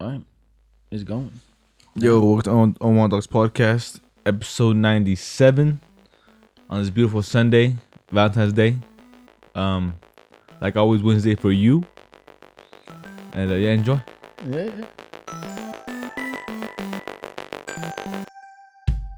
time. It's going. Yo, welcome on on Wild Dogs Podcast, episode ninety seven, on this beautiful Sunday, Valentine's Day. Um, like always, Wednesday for you. And uh, yeah, enjoy. Yeah.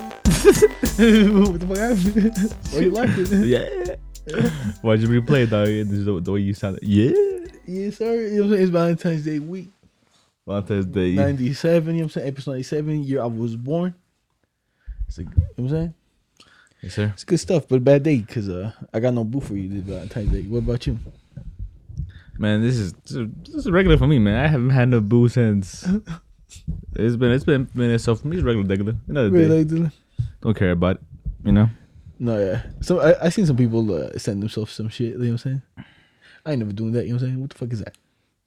what the fuck happened? Why you laughing? Yeah. Why'd you replay it, dog? This is the, the way you sound. Yeah. yeah, sorry. You know what I'm saying? It's Valentine's Day week. Valentine's Day. 97, you know what I'm saying? Episode 97, year I was born. It's like, you know what I'm saying? Yes, sir. It's good stuff, but a bad day because uh, I got no boo for you this Valentine's Day. What about you? Man, this is this is- this is regular for me, man. I haven't had no boo since. It's been it's been been itself for me. It's regular, regular. Another day. Really, like, Dylan? Don't care about it. You know. No, yeah. So I, I seen some people uh, send themselves some shit, you know what I'm saying? I ain't never doing that, you know what I'm saying? What the fuck is that?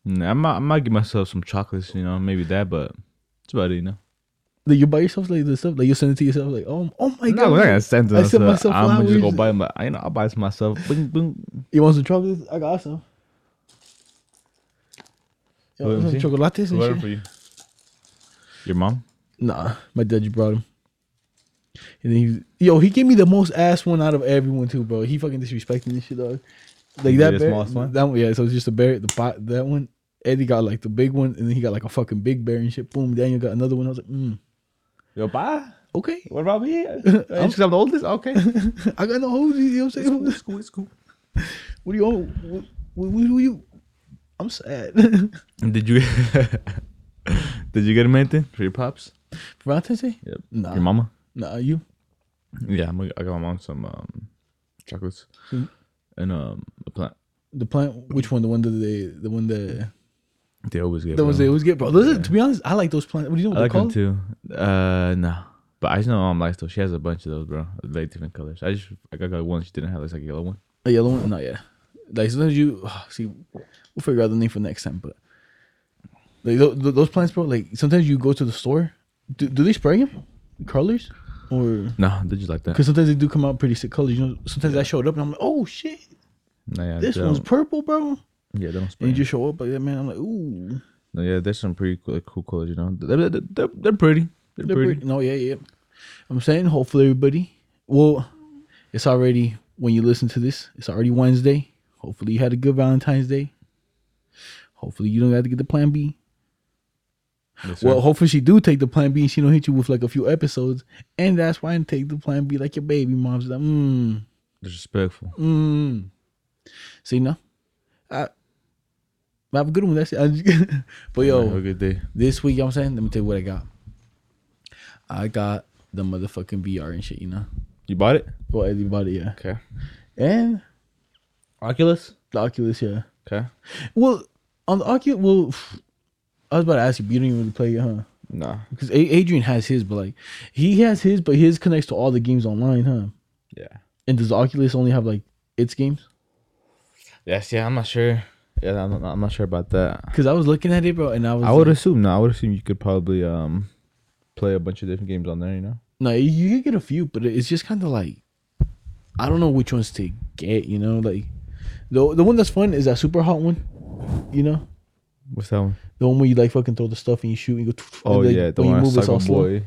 Nah, I might, I might give myself some chocolates, you know, maybe that, but it's about it, you know. Like, you buy yourself like the stuff, like you send it to yourself, like, oh, oh my No, god. we're not gonna send I them. sent so myself I'm just gonna flowers. buy my, you know, I'll buy some myself. Boom, boom. You want some chocolates? I got some. You Let me want some see. chocolates and shit? you. Your mom? Nah, my dad just brought him. And then he, yo, he gave me the most ass one out of everyone too, bro. He fucking disrespecting this shit, dog. Like You that did the bear, smallest one? that one, yeah. So it's just a bear, the pot, that one. Eddie got like the big one, and then he got like a fucking big bear and shit. Boom, Daniel got another one. I was like, mm, Your pa? okay, What about me? Because I'm the oldest? Okay. I got no hoes. You know what I'm saying? it's cool, it's cool. What do you want? What, what, what do you? I'm sad. Did you Did you get him anything for your pops? Valentine's Day? Yep. Nah, Your mama? nah, you. Yeah, I'm, gonna- I got my mom some um, chocolates Hmm. and um, a plant. The plant, which one? The one that they, the one that, They always get the ones them. they always get, bro. Those are, to be honest, I like those plants. What do you know what I they're like them called? too. Uh, no, but I just know my mom likes those. She has a bunch of those, bro. Like different colors. I just I got one she didn't have. It's like a yellow one. A yellow one? No, yeah. Like sometimes you ah, see, we'll figure out the name for next time. But like th- th- those plants, bro. Like sometimes you go to the store. Do, do they spray them, colors, or No, they just like that. because sometimes they do come out pretty sick colors. You know, sometimes I showed up and I'm like, oh shit, No, yeah, this they one's don't- purple, bro. And yeah, they don't spray. you just show up like that, man. I'm like, ooh, no, yeah, there's some pretty cool, cool colors. You know, they're they're, they're, they're pretty. They're, they're pretty. pretty. No, yeah, yeah. I'm saying, hopefully everybody. Well, it's already when you listen to this, it's already Wednesday. Hopefully you had a good Valentine's Day. Hopefully you don't have to get the Plan B. Yes, sir. Well, hopefully she do take the plan B and she don't hit you with like a few episodes, and that's why I take the plan B like your baby mom's like, mm, disrespectful. mm. See now, I, I have a good one. That's it. I just- but have a yo, good day. this week, you know what I'm saying, let me tell you what I got. I got the motherfucking VR and shit, you know. You bought it? Well, everybody, yeah, Okay. and Oculus. the Oculus, yeah. Okay. Well, on the Oculus, well, I was about to ask you, but you don't even really play it, huh? Nah. Because A- Adrian has his, but like he has his, but his connects to all the games online, huh? Yeah. And does Oculus only have like its games? Yes. Yeah. I'm not sure. Yeah. I'm not, I'm not sure about that. Because I was looking at it, bro, and I was I would like, assume. No, I would assume you could probably um play a bunch of different games on there. You know. no, you could get a few, but it's just kind of like I don't know which ones to get. You know, like the the one that's fun is that super hot one. You know, What's that one? the one where you like fucking throw the stuff and you shoot and you go. and, Oh like, yeah, the when you one I move it's suck all on slow. boy.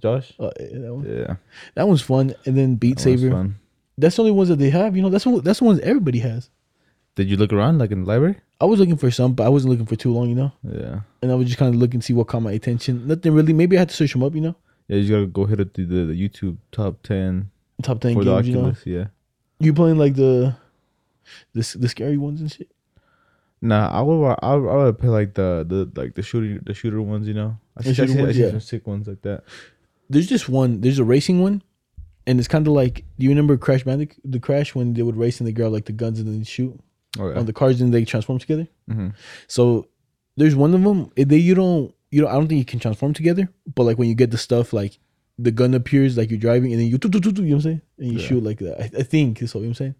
Josh. Uh, yeah, that, one. Yeah. that one's fun, and then Beat that one's Saber. fun. That's the only ones that they have. You know, that's what that's the ones everybody has. Did you look around like in the library? I was looking for some, but I wasn't looking for too long. You know. Yeah. and I was just kind of looking to see what caught my attention. Nothing really. Maybe I had to search them up, you know. Yeah, you just gotta go hit up the, the, the YouTube top ten Top ten for the games, you know. Oculus. Yeah. You playing like the, the s- the scary ones and shit. Nah, I would wa- I would, I would play like the the like the shooting the shooter ones. You know. I The see, I shooter see, I ones, see yeah. some sick ones like that. There's just one. There's a racing one, and it's kind of like you remember Crash Bandic the Crash when they would race and they grab like the guns and then shoot Oh, yeah. on the cars and they transform together. Mhm. So there's one of them. eh, They you don't you don't I don't think you can transform together, but like when you get the stuff like. The gun appears like you're driving, and then you, do, do, do, do, you know what I'm saying, and you Yeah. shoot like that. I, I think that's what I'm saying.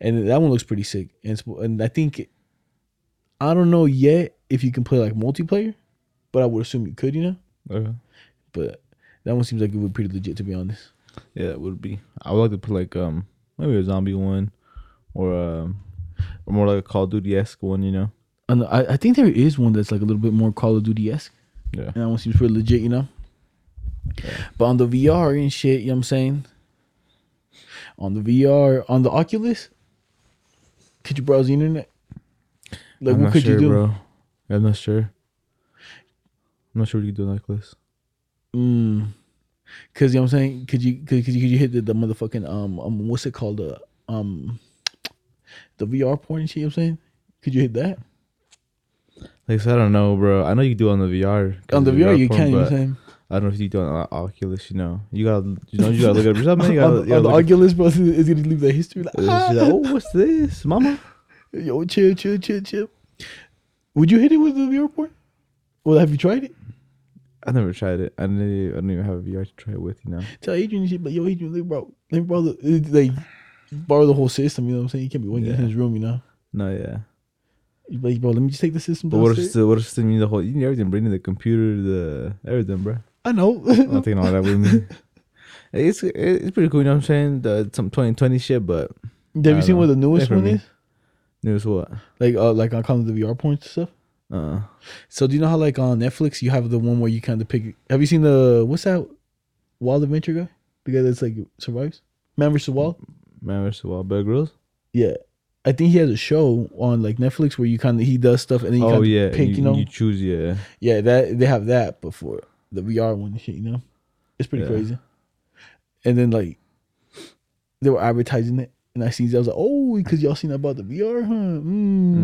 and that one looks pretty sick. And it's, and I think I don't know yet if you can play like multiplayer, but I would assume you could, you know. Okay. But that one seems like it would be pretty legit to be honest. Yeah, it would be. I would like to play like um maybe a zombie one, or um or more like a Call of Duty esque one. You know. And I, I think there is one that's like a little bit more Call of Duty esque. Yeah. And that one seems pretty legit, you know? But on the VR and shit, you know what I'm saying? On the VR, on the Oculus, could you browse the internet? Like, I'm what not could sure, you do? bro? I'm not sure. I'm not sure what you could do on that list. Mm. Cause you know what I'm saying? Could you could, could you could you hit the, the motherfucking um um what's it called the um the VR porn and shit? You know what I'm saying? Could you hit that Like I said, I don't know, bro. I know you can do it on the VR. 'cause on the it's VR? You platform, can. You know what I'm but saying? I don't know if you do it on O- Oculus. You know, you gotta, you know, you gotta look at yourself, man. You on gotta, the, you on gotta the look Oculus, bro, is gonna leave that history. Like, at- She's like, oh, what's this, mama? Yo, chill, chill, chill, chill. Would you hit it with the VR porn? Well, have you tried it? I never tried it. I didn't. I don't even have a VR to try it with. You know. Tell Adrian and shit, but yo, Adrian, like, bro, like, bro, the, it- like, borrow the whole system. You know what I'm saying? You can't be winging it in Yeah. his room, you know. No, yeah. You be Like, bro, let me just take the system. But what if Downstairs. still, what if still need the whole? You need everything. Bring in the computer, the everything, bro. I know. I'm not taking all that with me. It's it's pretty cool. You know what I'm saying? The some 2020 shit, but Have I you seen know. what the newest for one me. is? there's what? Like, uh, like on kind of the VR points and stuff. Uh, So do you know how like on Netflix you have the one where you kind of pick? Have you seen the what's that Wild Adventure guy? The guy that's like survives Man vs. Wild. man versus wild bear grills. Yeah, I think he has a show on like Netflix where you kind of he does stuff and then you Oh kind of yeah, pick, you, you, know, you choose yeah. yeah, that they have that before the VR one and shit, you know, it's pretty Yeah. crazy. And then like they were advertising it, and I see that I was like, oh, because y'all seen about the VR, huh? Mm.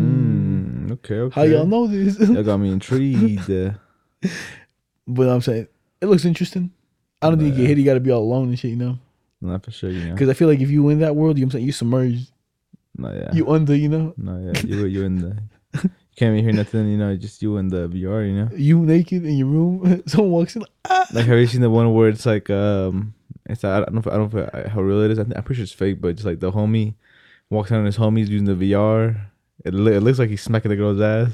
Mm, okay, okay. How y'all know this? That got me intrigued. uh, but I'm saying it looks interesting. I don't think you get Yeah. hit. You got to be all alone and shit, you know. not for sure, you know. Because I feel like if you in that world, you know what I'm saying you submerged, No, yeah. you under, you know, no, yeah. You you in the. You can't even hear nothing. You know, just you in the VR. You know. you naked in your room. Someone walks in, Like, have you seen the one where it's like, um, it's I don't know, if, I don't know if- uh, how real it is. I think, I'm pretty sure it's fake, but just like the homie walks out on his homies using the VR. It, lo- it looks like he's smacking the girl's ass.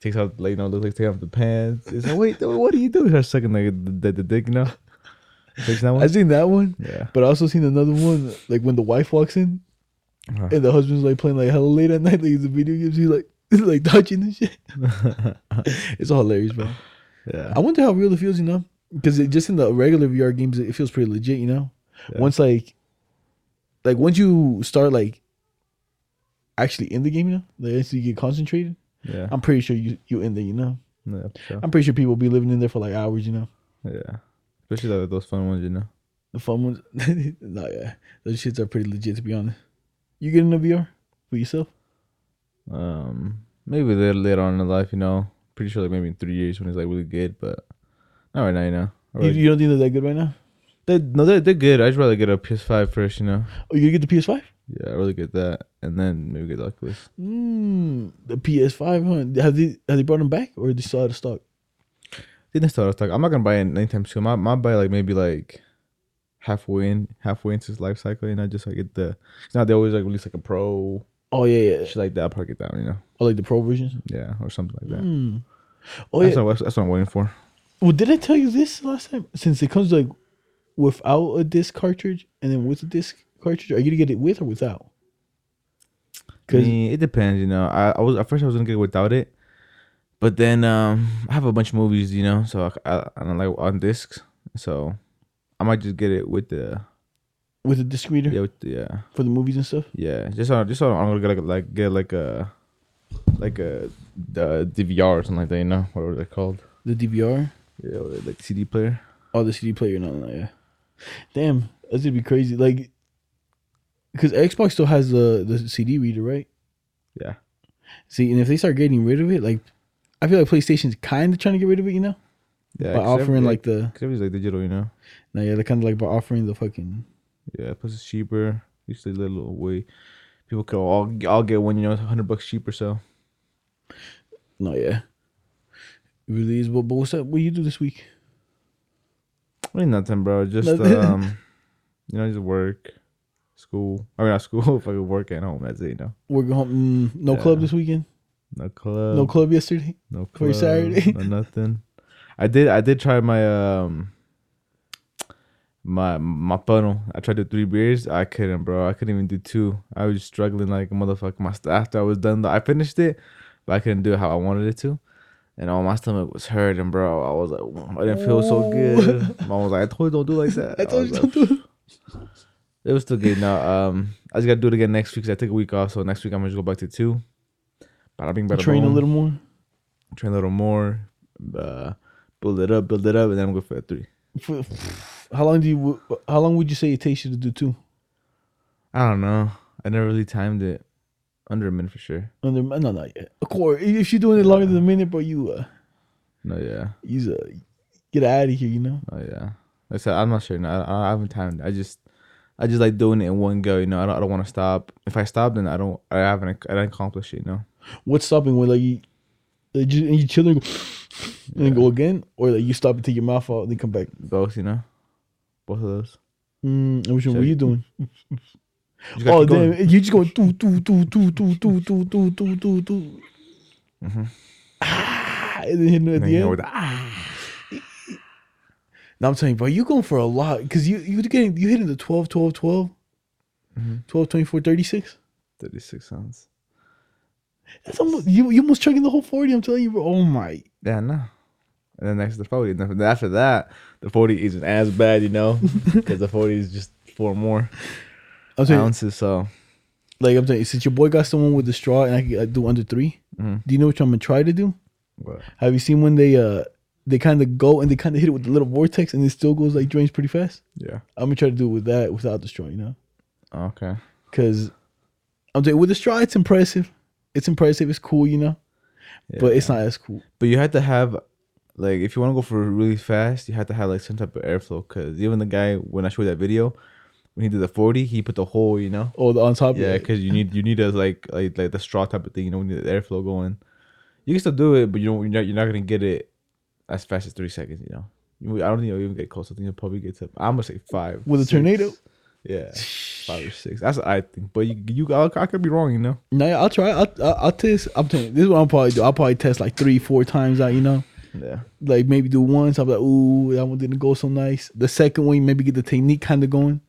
Takes out, like, you know, looks like taking off the pants. It's like, wait, what do you do? He starts sucking the, the, the dick, you know? Fixing I that one? seen that one. Yeah. But I also seen another one, like when the wife walks in Huh. and the husband's like playing like hella late at night, like the video games, he's like like touching and shit. it's all hilarious, bro. Yeah. I wonder how real it feels, you know, because it, just in the regular VR games, it feels pretty legit, you know. Yeah. Once like, like once you start like actually in the game, you know, like once you get concentrated, Yeah. I'm pretty sure you you in there, you know. No, yeah, for sure. I'm pretty sure people be living in there for like hours, you know. Yeah. Especially like, those fun ones, you know? The fun ones, nah, yeah, those shits are pretty legit to be honest. You get in a VR for yourself. Um, Maybe later, later on in life, you know? Pretty sure, like, maybe in three years when it's, like, really good, but not right now, you know? Or, You, like, you don't think they're that good right now? They no, they're, they're good. I'd rather get a PS5 first, you know. Oh, you get the PS5? Yeah, I really get that, and then maybe get the Oculus. Mm, the PS5, huh? Have they have they brought them back or are they still out of stock? Then I started talking. I'm not gonna buy it anytime soon. I might buy like maybe like halfway in, halfway into its life cycle, and I just like get the. Now they always like release like a pro Oh yeah, yeah. shit like that. I'll probably get that, you know. Or like the Pro versions. Yeah, or something like that. Mm. Oh that's, yeah. what, that's what I'm waiting for. Well, did I tell you this last time? Since it comes like without a disc cartridge and then with a disc cartridge, are you gonna get it with or without? Cause 'Cause- it depends, you know. I, I was at first I was gonna get it without it, but then um I have a bunch of movies, you know, so I, I, I don't like on discs, so I might just get it with the With a disc reader yeah with the, yeah. for the movies and stuff. Yeah, just on, just on, I'm gonna get like, like get like a like a the DVR or something like that. You know, whatever they're called. The DVR Yeah, or like CD player. or the CD player, no, no, yeah. Damn, that's gonna be crazy. Like, because Xbox still has the the CD reader, right? Yeah, See, and if they start getting rid of it, like I feel like PlayStation's kind of trying to get rid of it, you know, yeah. by offering like the because everything's like digital, you know. no, yeah, they're kind of like by offering the fucking Yeah, plus it's cheaper. It's a little way people could all all get one. You know, hundred bucks cheaper. So no, yeah, it really is. But, but what's up? What you do this week? really nothing, bro. Just Nothing. um, you know, just work, school. I mean, not school. Fucking work at home. That's it. You know. Working home? Mm, no Yeah. Uh, club this weekend? No club. no club yesterday. No club. for Saturday. No nothing. I did. I did try my um. My my funnel. I tried to do three beers. I couldn't, bro. I couldn't even do two. I was struggling like a motherfucker. My st- after I was done, though, I finished it, but I couldn't do it how I wanted it to. And all my stomach was hurting, bro. I was like, "Whoa, I didn't feel so good. Mom was like, I told you don't do like that. I told was you like, don't do it. It was still good. Now, um, I just gotta do it again next week 'cause I take a week off. So next week I'm gonna just go back to two. But I bing, bada Train a boom. little more. train a little more, uh, build it up, build it up, and then I'm go for a three. For- How long do you? How long would you say it takes you to do two? I don't know. I never really timed it under a minute for sure. Under no, not yet. A quarter. If you're doing it longer than a minute, bro, you uh, No, yeah, you uh, get out of here. You know. oh yeah. Like I said, I'm not sure. No, I, I haven't timed. It. I just, I just like doing it in one go. You know, I don't, I don't want to stop. If I stop, then I don't, I haven't, ac- I didn't accomplish it. You know. What's stopping when like you, like, you, and you chill and, go, and then go again, or like you stop and take your mouth out and then come back. Both, you know, both of those. Mm, and which one So were you- you doing? You just gotta Oh keep going. damn! You just going do do do do do do do do do do do. Ah, and then hitting it at And Mm-hmm. then the you know end. with the- ah. Now I'm telling you, bro, you going for a lot because you you getting you hitting the 12, 12, 12, Mm-hmm. 12, 24, 36. Thirty-six sounds. That's almost you you almost chugging the whole 40. I'm telling you, bro. Oh my. Yeah, no. And then next to the 40. And then after that, the 40 isn't as bad, you know, because the 40 is just four more I'm telling you, ounces. So, like I'm telling you, since your boy got someone with the straw and I can I do under 3 Mhm. do you know what I'm gonna try to do? what? Have you seen when they uh they kind of go and they kind of hit it with the little vortex and it still goes like drains pretty fast? yeah. I'm gonna try to do it with that without the straw, you know? Okay. Because I'm saying with the straw, it's impressive. It's impressive. It's cool, you know. But it's not as cool. But you had to have, like, if you want to go for really fast, you had to have, like, some type of airflow. Because even the guy, when I showed that video, when he did the 40, he put the hole, you know? Or the on top. Yeah, of it. because you need, you need a, like, like, like the straw type of thing, you know, when you need the airflow going. You can still do it, but you don't, you're not, you're not going to get it as fast as three seconds, you know? You- I don't think you'll even get close. I think you'll probably get to, I'm going to say five. With a six. tornado? Yeah, five or six. That's what I think. But you, you I, I could be wrong, you know? No, yeah, I'll try. I'll, I'll, I'll test. I'm telling you, this is what I'll probably do. I'll probably test like three, four times out, you know? Yeah. Like maybe do once. I'm like, ooh, that one didn't go so nice. The second one, you maybe get the technique kind of going.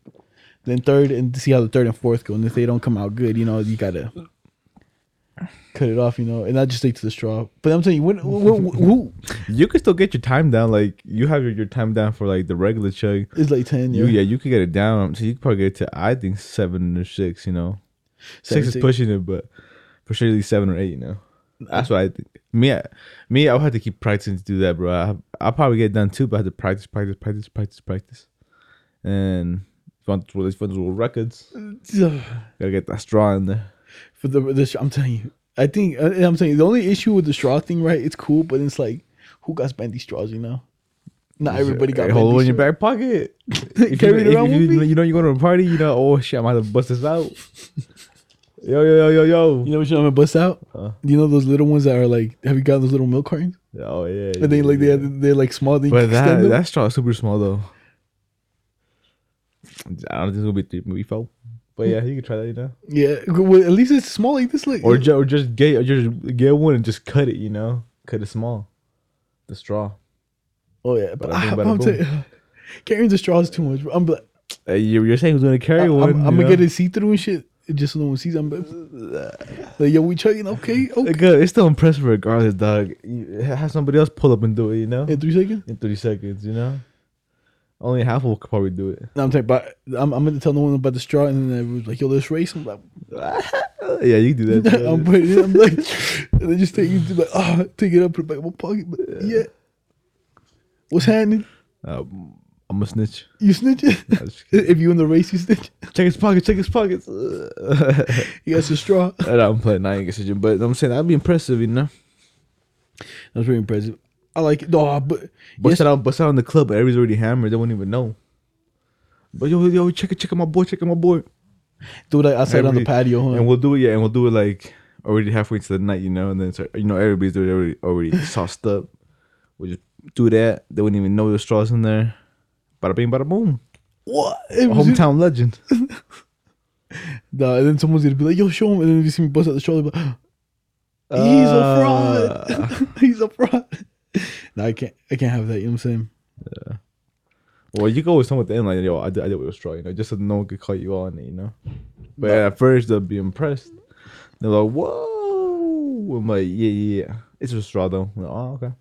Then third, and see how the third and fourth go. And if they don't come out good, you know, you got to cut it off, you know? And I just stick to the straw. But I'm telling you, when, when, who You could still get your time down. Like, you have your, your time down for, like, the regular chug. is like 10? You, yeah, you could get it down. So you could probably get it to, I think, seven or six, you know? Seven, six, six. is pushing it, but for sure, at least seven or eight, you know? That's what I think. Me, I, me, I would have to keep practicing to do that, bro. I, I'll probably get it done too, but I have to practice, practice, practice, practice, practice. And if you want to release world records, gotta get that straw in there. for the, the str- I'm telling you, I think uh, and I'm saying the only issue with the straw thing, right? It's cool, but it's like who got bendy straws, you know? Not everybody got a hole bendy in your straws. back pocket. if you, Carry it if around you, with me? you know you're going to a party, you know, oh shit, I'm about to bust this out. yo, yo, yo, yo, yo. You know what I'm gonna bust out? Huh? You know those little ones that are like, have you got those little milk cartons? Oh yeah. And they like they yeah. are, they're like small. They But that extend them. that straw is super small though. I don't think it's gonna be three, maybe four. But yeah, you can try that, you know. yeah. g- Well, at least it's small like this, like Or ju- or just get or just get one and just cut it, you know. Cut it small. The straw. oh yeah. But Bada I, bing, bada am telling you, carrying the straws too much. Bro. I'm like, Uh, you, you're saying who's gonna carry I, one? am you gonna know? get it see through and shit. Just so no one sees. I'm like, like, yo, we chugging. Okay, okay. Like, uh, it's still impressive regardless, dog. You have somebody else pull up and do it, you know? In three seconds. In 30 seconds, you know? Only half will could probably do it. No, I'm saying, but I'm, I'm gonna tell no one about the straw, and then everyone's like, "Yo, let's race." I'm like, Uh, yeah, you can do that. I'm, too. putting it, I'm like, and they just take it, like, ah, take it up, put it back in my pocket. But yeah, what's happening? Um, I'm a snitch. You snitching? I was just kidding. if you in the race, you snitch. check his pockets, check his pockets. You got some straw. And I'm playing, I ain't get snitching, but I'm saying that'd be impressive, you know? That's pretty impressive. I like it. No, but Bust it out, bust it out in the club, but everybody's already hammered. They won't even know. But yo, yo, check it, check it, my boy, check it, my boy. do that outside on the Every- patio. Huh? And we'll do it, yeah, and we'll do it like already halfway to the night, you know, and then start, you know everybody's already already sauced up. We just do that. They wouldn't even know the straws in there. Bada bing, bada boom. what? It was- Hometown legend. Nah, and then someone's gonna be like, "Yo, show him," and then if you see me bust out the straw, they'll be like, He's Uh, a fraud. He's a fraud. No, I can't. I can't have that. You know what I'm saying? Well, you can always come with the end like, yo, I did, I did what was wrong, you know, just so no one could call you on it, you know. But at first they'll be impressed. They're like, whoa. I'm like, yeah, yeah, yeah. It's just straw though. I'm like, oh, okay.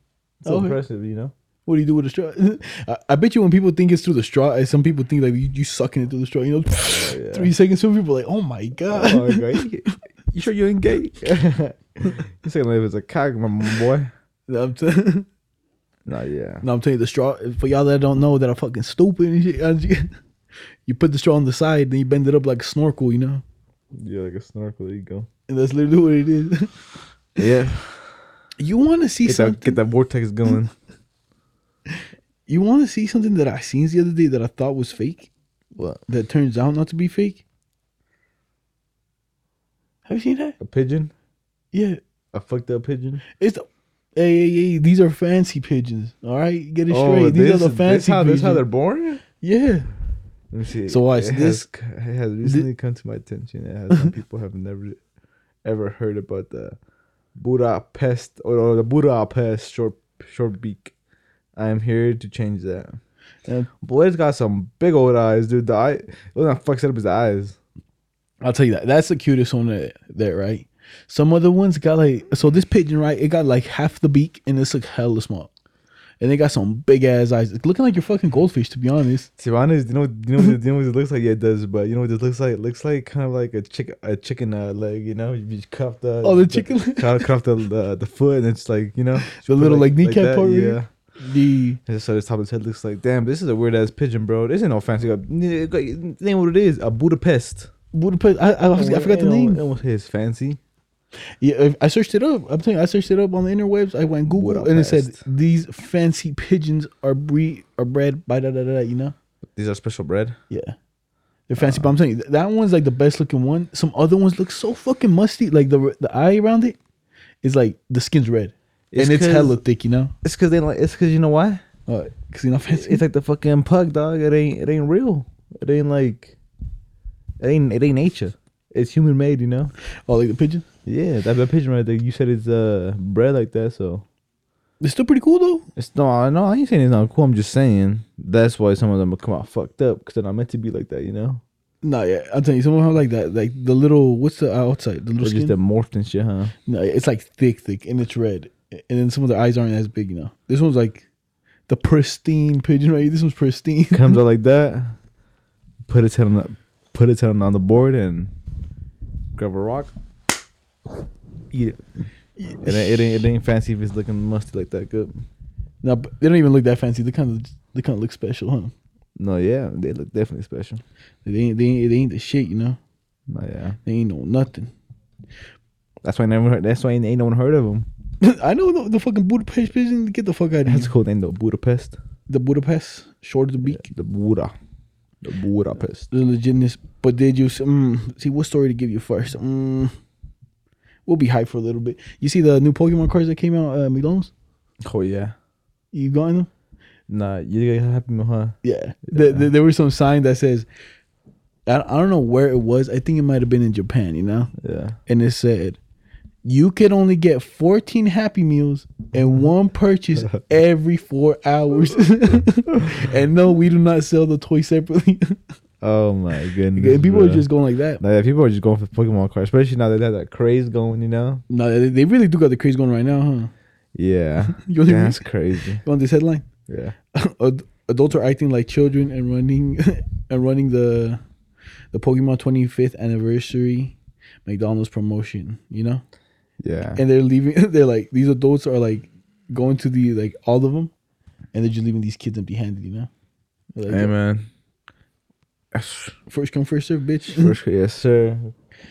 It's so Okay. impressive, you know. What do you do with a straw? I, I bet you when people think it's through the straw, eh, some people think like you, you sucking it through the straw. You know, yeah. three seconds. Some people are like, oh my god. Oh, okay. You- You sure you ain't gay? you saying like it's a cock, my boy? I'm t- No, yeah. no, I'm telling you the straw. For y'all that don't know that are fucking stupid and shit, as you- you put the straw on the side, then you bend it up like a snorkel. You know, You're like a snorkel ego. and that's literally what it is. Yeah. you want to see Get something? that, get that vortex going. You want to see something that I seen the other day that I thought was fake? What? That turns out not to be fake. Have you seen that? A pigeon? Yeah, A fucked up pigeon? it's. Hey, hey, hey, these are fancy pigeons. All right, get it straight. These are the Oh, this fancy how, this pigeons. how they're born? yeah, Let me see. So watch it this. Has, c- it has recently come to my attention. It has some people have never ever heard about the Budapest or, or the Budapest short short beak. I am here to change that. Yeah. Boy, it's got some big old eyes, dude. The eye, what the fuck's up his eyes? I'll tell you that. That's the cutest one there, there, right? Some other ones got like so. This pigeon, right? It got like half the beak, and it's like hella small. And they got some big ass eyes, It's looking like your fucking goldfish. To be honest, To be honest, you know, you know, what it- you know what it looks like. Yeah, it does, but you know what it looks like? It looks like kind of like a chicken, a chicken uh, leg. You know, you just cut the Oh, the chicken leg. cut, cut off the, the the foot, and it's like you know The little, like, kneecap that, part right Yeah. here. the And so this top of his head looks like, damn, this is a weird ass pigeon, bro. This ain't no fancy. up- Name what it is, a Budapest. Budapest. I, I, I forgot the Ain't no- name. It almost his fancy. Yeah, if- I searched it up. I'm telling you, I searched it up on the interwebs. I went Google What a and it said pest. these fancy pigeons are breed are bred by da da da da. You know, These are special bread. yeah, they're fancy. but I'm telling you, th- that one's like the best looking one. Some other ones look so fucking musty. Like the the eye around it is like the skin's red It's and it's 'cause- hella thick. You know, It's cause they like. It's cause you know why? because you know fancy. It's like the fucking pug, dog. It ain't. It ain't real. It ain't like. It ain't. It ain't nature. It's human made, you know. oh, like the pigeon. Yeah, that, that pigeon right there. You said it's uh bread like that, so It's still pretty cool though. it's no. I no, I ain't saying it's not cool. I'm just saying that's why some of them come out fucked up because they're not meant to be like that, you know. Nah, yeah, I'm telling you, somehow like that, like the little what's the outside, the Or little just skin. that morphed and shit, huh? No, it's like thick, thick, and it's red. And then some of their eyes aren't as big, you know. This one's like the pristine pigeon, right? This one's pristine. comes out like that, put its head on the, put its head on the board and grab a rock, eat it. It ain't, it ain't, it ain't fancy if it's looking musty like that good. no, but they don't even look that fancy. They kind of they kind of look special, huh? No, yeah, they look definitely special. They ain't they ain't, they ain't the shit, you know. No, yeah, They ain't no nothing. that's why I never heard. That's why ain't, ain't no one heard of them. I know the, the fucking Budapest pigeon. Get the fuck out of That's here. cool. They know Budapest, The Budapest, short of the beak, the Buddha, the Budapest. the legitness. But did you mm, see what story to give you first? Mm, we'll be hyped for a little bit. You see the new Pokemon cards that came out uh, McDonald's? Oh yeah, You gotten them? nah, you guys happy, huh? Yeah. There, there, there was some sign that says, I, I don't know where it was. I think it might have been in Japan, you know? Yeah, And it said, you could only get 14 Happy Meals and one purchase every four hours. and no, we do not sell the toy separately. oh my goodness, and people are bruh. just going like that. Nah, yeah, people are just going for Pokemon cards, especially now that they have that craze going. You know, No, they, they really do got the craze going right now, huh? yeah, You only that's crazy. You want this headline? Yeah. Ad- Adults are acting like children and running and running the the Pokemon 25th anniversary McDonald's promotion, you know? Yeah. and uh, they're leaving. They're like these adults are like going to the like all of them, and they're just leaving these kids empty-handed. You know, They're like, hey man. first come first serve, bitch. First, yes, sir.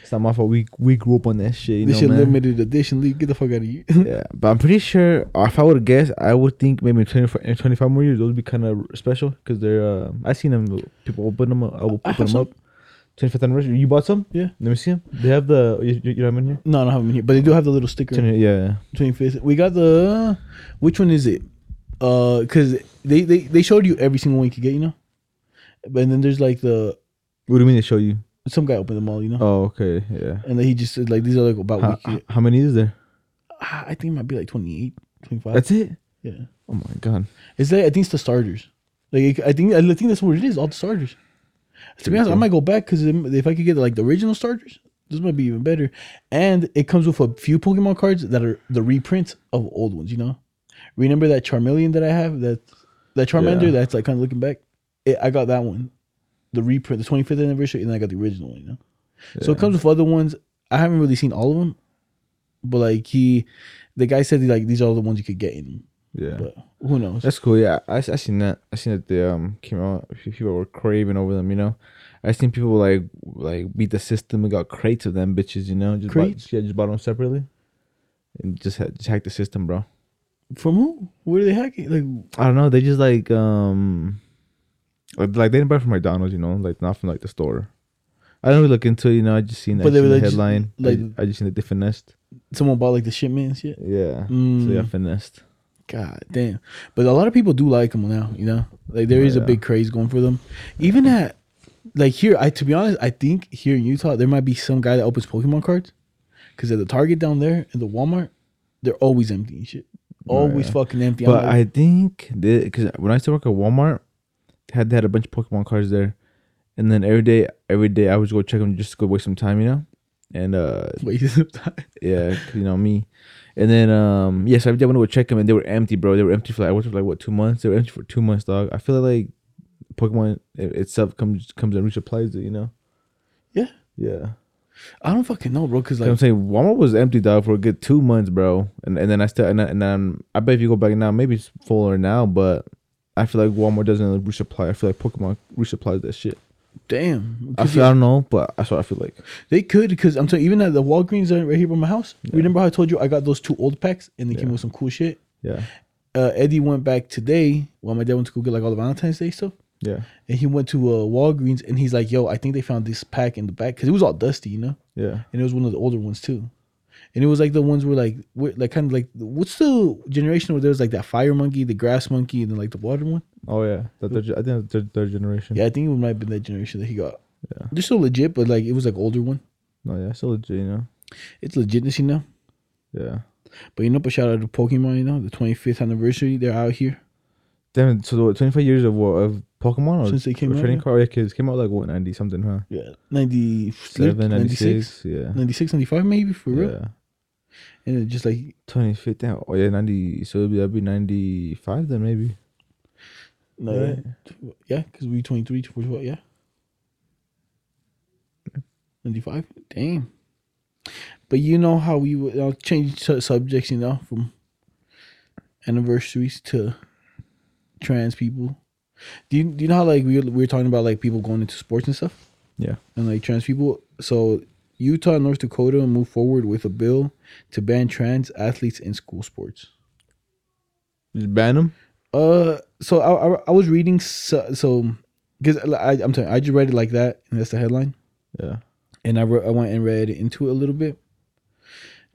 It's not my fault. We we grew up on that shit. You this know, shit man. limited edition. Leave, get the fuck out of here. Yeah, but I'm pretty sure. uh, If I would guess, I would think maybe in 24 in 25 more years those would be kind of special because they're. Uh, I seen them. People open them up. I will I open have them up. 25th anniversary. You bought some? Yeah. Let me see them. They have the. You, you you know what I mean? no, I don't have them here, but they do have the little sticker. Here? Yeah. 25th. We got the which one is it? Uh, cause they they they showed you every single one you could get. You know, and then there's like the What do you mean they show you? some guy opened them all. You know, Oh, okay. Yeah. and then he just said like these are like about. How, what you could get. how many is there? ah, I think it might be like 28, 25. That's it. yeah. Oh my god. It's like I think it's the starters. Like I think I think that's what it is. All the starters. To be honest, I might go back because if I could get like the original starters, this might be even better. And it comes with a few Pokemon cards that are the reprints of old ones. You know, remember that Charmeleon that I have that that Charmander Yeah. that's like kind of looking back. It, I got that one, the reprint, the 25th anniversary, and I got the original one. You know, so it comes with other ones. I haven't really seen all of them, but like he, the guy said like these are the ones you could get in. them. Yeah. But who knows? That's cool. Yeah, I, I seen that. I seen that they um came out. a few People were craving over them. You know, I seen people like like beat the system and got crates of them bitches. You know, just Crates? Bought, yeah, just bought them separately, and just had, just hacked the system, bro. From who? Where are they hacking? Like, I don't know. They just like um like, like they didn't buy from McDonald's. You know, like not from like the store. I don't really look into it, you know. I just seen that But they seen were, the like, just- headline. like- I, just, I just seen that they finessed. someone bought like the shipment and shit. Yeah, so Mm. yeah, finessed. God damn! But a lot of people do like them now. You know, like there Oh, is yeah. a big craze going for them. Even at like here, I to be honest, I think here in Utah there might be some guy that opens Pokemon cards because at the Target down there in the Walmart, they're always empty and shit. Always Oh, yeah. fucking empty. I'm But like, I think because when I used to work at Walmart, they had they had a bunch of Pokemon cards there, and then every day, every day I would go check them just to go waste some time, you know. And uh, waste of time. yeah, 'cause, you know me. And then um, yes, every day I went to go check them, and they were empty, bro. They were empty for like I worked for like what two months. They were empty for two months, dog. I feel like Pokemon it- itself comes comes and resupplies it, you know. Yeah. Yeah. I don't fucking know, bro. Because You know like, what I'm saying Walmart was empty dog for a good two months, bro. And and then I still and, I- and then I bet if you go back now, maybe it's fuller now, but I feel like Walmart doesn't resupply. I feel like Pokemon resupplies that shit. damn, I 'Cause feel I don't know, but that's what I feel like. they could. Because I'm telling you, even at the Walgreens that are right here by my house. Remember how I told you I got those two old packs and they came Yeah. with some cool shit. Yeah, uh, Eddie went back today while my dad went to go get like all the Valentine's Day stuff. yeah, And he went to uh, Walgreens and he's like, yo, I think they found this pack in the back because it was all dusty, you know? yeah. And it was one of the older ones too. And it was like the ones where like, where, like kind of like, what's the generation where there's like that fire monkey, the grass monkey, and then like the water one? Oh yeah, the third, I think that's third, third generation. Yeah, I think it might have been that generation that he got. Yeah. They're still legit, but like it was like older one. No, Oh, yeah, still legit, you know. It's legitness, you know? Yeah. But you know, but shout out to Pokemon, you know, the 25th anniversary, they're out here. Damn. So what, 25 years of what of Pokemon or Since they came or out, trading yeah. card? Oh, Yeah, 'cause it came out like what 90 something, huh? Yeah, 97, 7, 96, 96, yeah. 96, 95 maybe for real. Yeah. And it just like 25, damn. Oh yeah, 90. So it'd be, that'd be 95 then maybe. No, Right. yeah, yeah, because we 23 to 45, yeah. 95, damn. But you know how we would I'll change su- subjects, you know, from anniversaries to trans people. Do you, do you know how like we, were- we were talking about like people going into sports and stuff? Yeah. And like trans people. So Utah and North Dakota move forward with a bill to ban trans athletes in school sports. Just ban them. Uh, so I I, I was reading so so because I I'm telling you, I just read it like that and that's the headline Yeah. and I re- I went and read into it a little bit.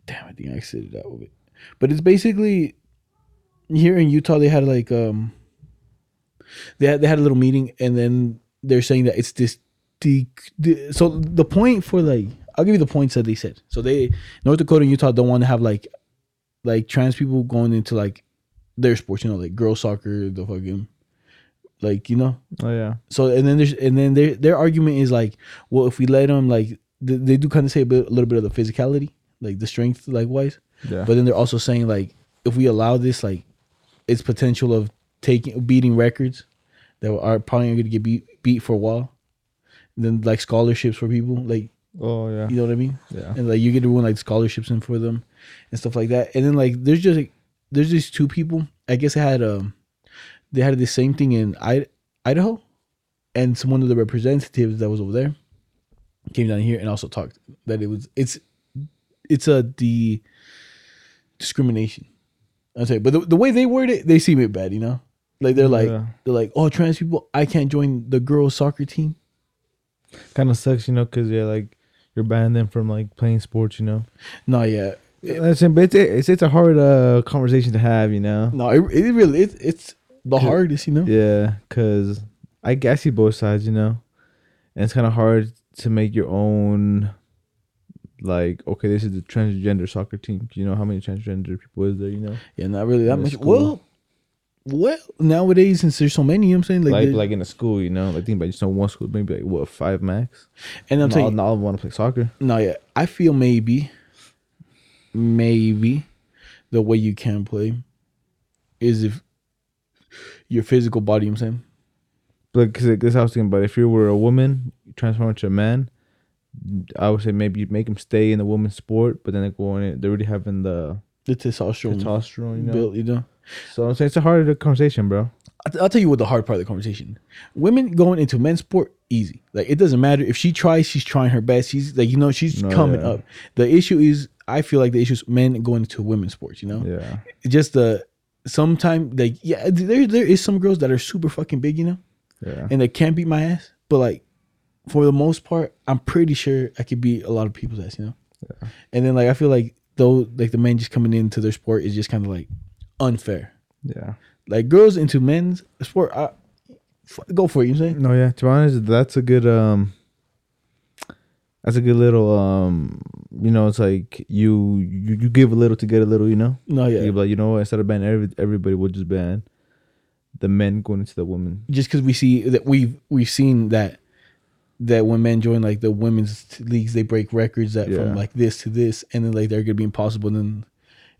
Damn, I think I exited out of it, but it's basically here in Utah they had like um they had, they had a little meeting and then they're saying that it's this the, the so the point for like I'll give you the points that they said so they North Dakota and Utah don't want to have like like trans people going into like their sports you know like girl soccer the fucking like you know Oh yeah. so and then there's and then their their argument is like, well, if we let them like th- they do kind of say a, bit, a little bit of the physicality, like the strength, like wise. Yeah. But then they're also saying like, if we allow this, like, its potential of taking beating records that are probably going to get beat beat for a while. then like scholarships for people, like oh yeah. you know what I mean Yeah. and like you get to win like scholarships in for them and stuff like that. And then like there's just like, there's these two people. I guess I had um they had the same thing in I- Idaho, and some one of the representatives that was over there came down here and also talked that it was it's it's a the discrimination. I'm saying, but the, the way they word it, they seem it bad, you know. Like they're like Yeah. they're like, oh, trans people, I can't join the girls soccer team. Kind of sucks, you know, because yeah, like you're banning them from like playing sports, you know. No, yeah, Listen, but it's, it's it's a hard uh conversation to have, you know. no, it, it really it, it's the Yeah. hardest, you know. Yeah, because I g- I see both sides, you know, and it's kind of hard to make your own like okay, this is the transgender soccer team. Do you know how many transgender people is there? You know, Yeah, not really that In much. school. Well, well, nowadays since there's so many, you know what I'm saying like, like the- like in a school, you know, like think about just know one school, maybe like what five max. and I'm not, saying not all want to play soccer. no, yeah, I feel maybe, maybe, the way you can play, is if your physical body. You know what I'm saying But because this I was thinking about, if you were a woman, you transform into a man, I would say maybe you make them stay in the woman's sport, but then they go on it. They're already having the the testosterone, testosterone, you know. build, you know. So I'm saying it's a harder conversation, bro. I'll, I'll tell you what the hard part of the conversation. Women going into men's sport easy. Like it doesn't matter if she tries, she's trying her best. She's like you know she's No, coming yeah. up. The issue is I feel like the issue is men going into women's sports. You know, Yeah, just the sometimes like yeah, there there is some girls that are super fucking big. You know, yeah. and they can't beat my ass. But like for the most part, I'm pretty sure I could beat a lot of people's ass. You know, and then like I feel like though like the men just coming into their sport is just kind of like unfair Yeah. like girls into men's sport. I, f- go for it. You know what I'm saying? No, yeah. To be honest, that's a good um. That's a good little um. You know, it's like you you, you give a little to get a little. You know, No, yeah. you like you know what? Instead of banning every, everybody, we'll just ban the men going into the women. Just because we see that we've we've seen that that when men join like the women's t- leagues, they break records that Yeah. from like this to this, and then like they're gonna be impossible. And then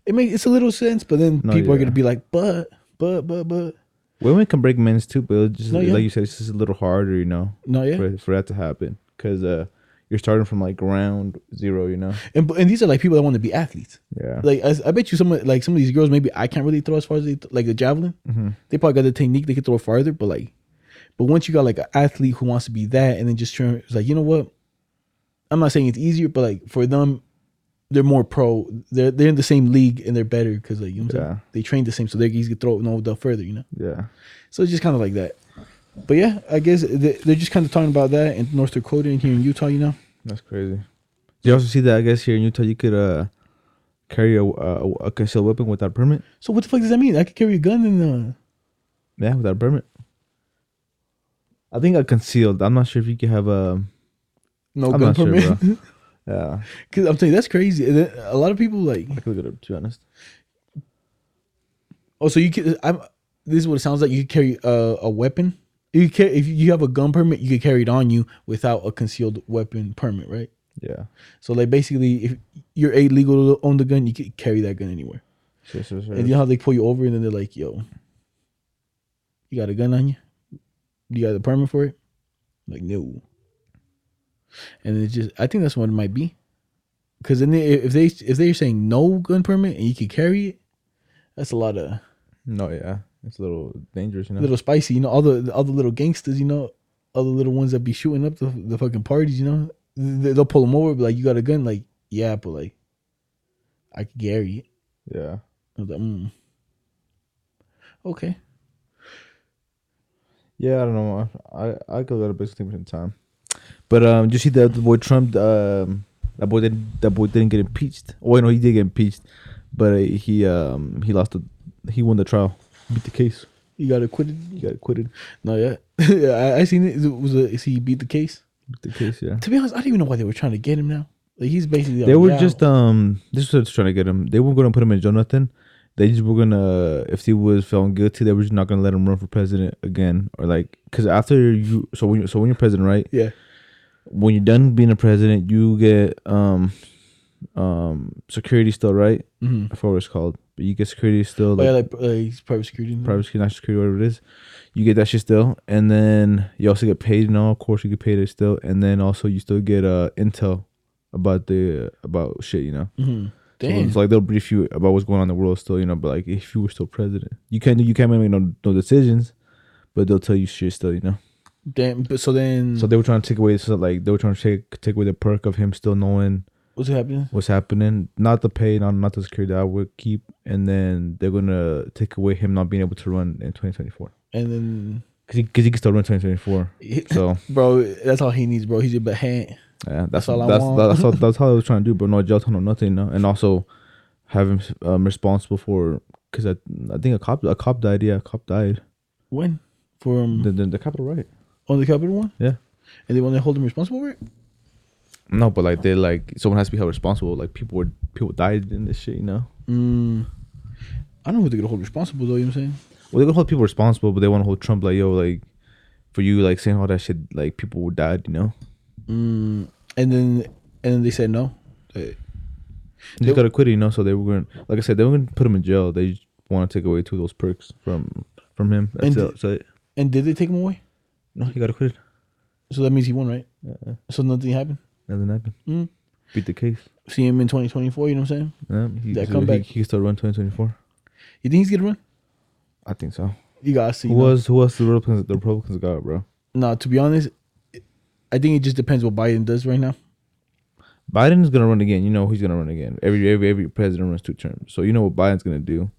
it makes it's a little sense, but then No, people are yeah. gonna be like, but but but but Women can break men's too, but it's just No, like yeah. you said, it's just a little harder. You know, no, yeah. for for that to happen, because uh, you're starting from like round zero. You know. And and these are like people that want to be athletes. Yeah. Like I, I bet you some of- like some of these girls maybe I can't really throw as far as they th- like the javelin. Mm-hmm. They probably got the technique they can throw farther, but like, but once you got like an athlete who wants to be that and then just turn, it's like you know what? I'm not saying it's easier, but like for them, they're more pro. They're they're in the same league and they're better because like you know what I'm Yeah. saying they train the same, so they're easy to throw no the further, you know. yeah. So it's just kind of like that. But yeah, I guess they- they're just kind of talking about that in North Dakota and here in Utah, you know. That's crazy. Did you also see that? I guess here in Utah, you could uh carry a, a, a concealed weapon without permit. So what the fuck does that mean? I could carry a gun and uh, Yeah, without a permit. I think a concealed. I'm not sure if you can have um, a. no I'm gun not sure, permit. bro. Yeah, Cause I'm telling you, that's crazy. And then a lot of people like, I could look it up. To be honest, oh, so you can. I'm. This is what it sounds like. You could carry a, a weapon. You can if you have a gun permit, you can carry it on you without a concealed weapon permit, right? yeah. So like basically, if you're illegal to own the gun, you can carry that gun anywhere. Sure, sure, sure. And you know how they pull you over and then they're like, "Yo, you got a gun on you? You got a permit for it?" like no. And it's just I think that's what it might be, because then they, if they if they're saying no gun permit and you can carry it, that's a lot of No, yeah, it's a little dangerous, you know. little spicy. You know all the all the little gangsters. You know all the little ones that be shooting up the the fucking parties. You know they, they'll pull them over, be like, "You got a gun?" Like yeah, but like I can carry it. yeah, I was like, mm. Okay. yeah. I don't know. I I could look it up at the same time. But um, did you see that the boy Trump? Um, that boy didn't. That boy didn't get impeached. Oh, wait, no, he did get impeached, but uh, he um he lost the he won the trial, beat the case. You got acquitted? He got acquitted. No, yeah. yeah I, I seen it. it was a, is he beat the case? Beat the case. Yeah. To be honest, I don't even know why they were trying to get him now. Like he's basically They on were trial. just um. This is what I was trying to get him. They weren't gonna put him in jail. Nothing. They just were gonna. If he was found guilty, they were just not gonna let him run for president again, or like, cause after you. So when you, so when you're president, right? yeah. When you're done being a president, you get um, um, security still, right? Mm-hmm. I forgot what it's called, but you get security still, But like Oh, yeah, like, like he's private security. and- private security, national security, whatever it is. You get that shit still, and then you also get paid and all. Of course, you get paid it still, and then also you still get uh intel about the about shit, you know. Mhm. So Damn. it's like they'll brief you about what's going on in the world still, you know. But like, if you were still president, you can't do- you can't make no, no decisions, but they'll tell you shit still, you know. Damn. But so then, So they were trying to take away so like they were trying to take take away the perk of him still knowing what's happening? what's happening, not the pay, not not the security that I would keep, and then they're gonna take away him not being able to run in twenty twenty four And then, because he, 'cause he can still run twenty twenty four. So bro, that's all he needs, bro. He's just a hand. yeah, that's That's all I that's want. that's, all, that's how I was trying to do, but no jail time or nothing, you know, and also have him um, responsible for because I I think a cop a cop died, yeah, a cop died. When from The, the, the capital right. on the capital one? Yeah. And they want to hold him responsible for it. No, but like they like someone has to be held responsible. Like people were people died in this shit, you know. Mm, I don't know who they're gonna hold responsible though. You know what I'm saying? Well, they're gonna hold people responsible, but they want to hold Trump like yo, like for you like saying all that shit, like people were died, you know. Mm, and then and then they said no. They- You They- just gotta quit, it, you know. So they were gonna, like I said, they were gonna put him in jail. They just want to take away two of those perks from from him. That's And it. d- So and did they take him away? no, he gotta quit. it. So that means he won, right? Uh, So nothing happened. nothing happened. Mm. Beat the case. See him in 2024. You know what I'm saying? Yeah, he, That so comeback. He, he can still run twenty twenty four. You think he's gonna run? I think so. You gotta see. Who was who else the Republicans the Republicans got, bro? Now, to be honest, I think it just depends what Biden does right now. Biden's gonna run again. You know he's gonna run again. Every every every president runs two terms. So you know what Biden's gonna do,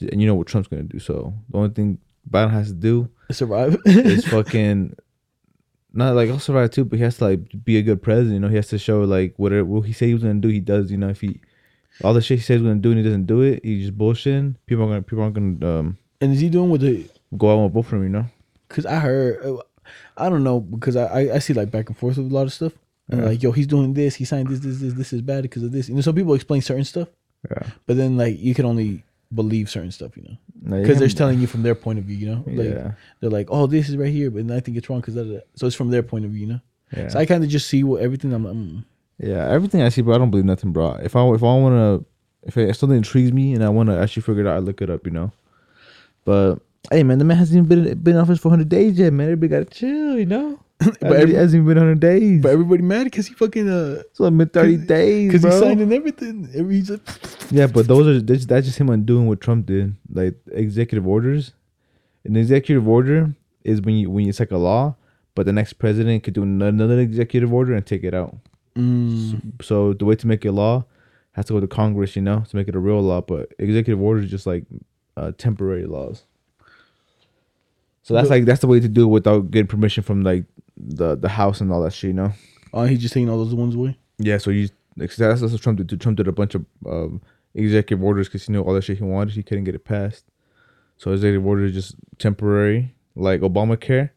and you know what Trump's gonna do. So the only thing Biden has to do Survive. is fucking not like I'll survive too, but he has to like be a good president. You know he has to show like whatever what he said he was gonna do, he does. You know if he all the shit he says he's gonna do and he doesn't do it, he's just bullshitting. People are gonna people aren't gonna um, and is he doing with the? go out and vote for him. You know. Because I heard, uh, I don't know, because I, I I see like back and forth with a lot of stuff. And Yeah. like, yo, he's doing this. He signed this. This this this is bad because of this. You know, some people explain certain stuff, Yeah. but then like you can only believe certain stuff. You know, No, you because they're can- telling you from their point of view. You know, like yeah. they're like, oh, this is right here, but I think it's wrong because that, that. So it's from their point of view. You know. Yeah. So I kind of just see what everything I'm. I'm Yeah, everything I see, bro, I don't believe nothing, bro. If I if I wanna if, it, if something intrigues me and I wanna actually figure it out, I look it up, you know. But hey, man, the man hasn't even been been in office for hundred days yet, man. Everybody gotta chill, you know. but every- hasn't even been hundred days. but everybody mad because he fucking uh it's like mid thirty Cause- days, because he bro. signed in everything. Every he's like, yeah, but those are that's, that's just him undoing what Trump did, like executive orders. An executive order is when you when it's like a law, but the next president could do another executive order and take it out. Mm, So the way to make it law has to go to Congress, you know, to make it a real law. But executive orders is just like uh, temporary laws. So that's But- like that's the way to do it without getting permission from like the the house and all that shit, you know. oh, he's just taking all those ones away. Yeah. So you like, so that's that's what Trump did. Trump did a bunch of um, executive orders because you know all that shit he wanted, he couldn't get it passed. So executive order is just temporary, like Obamacare.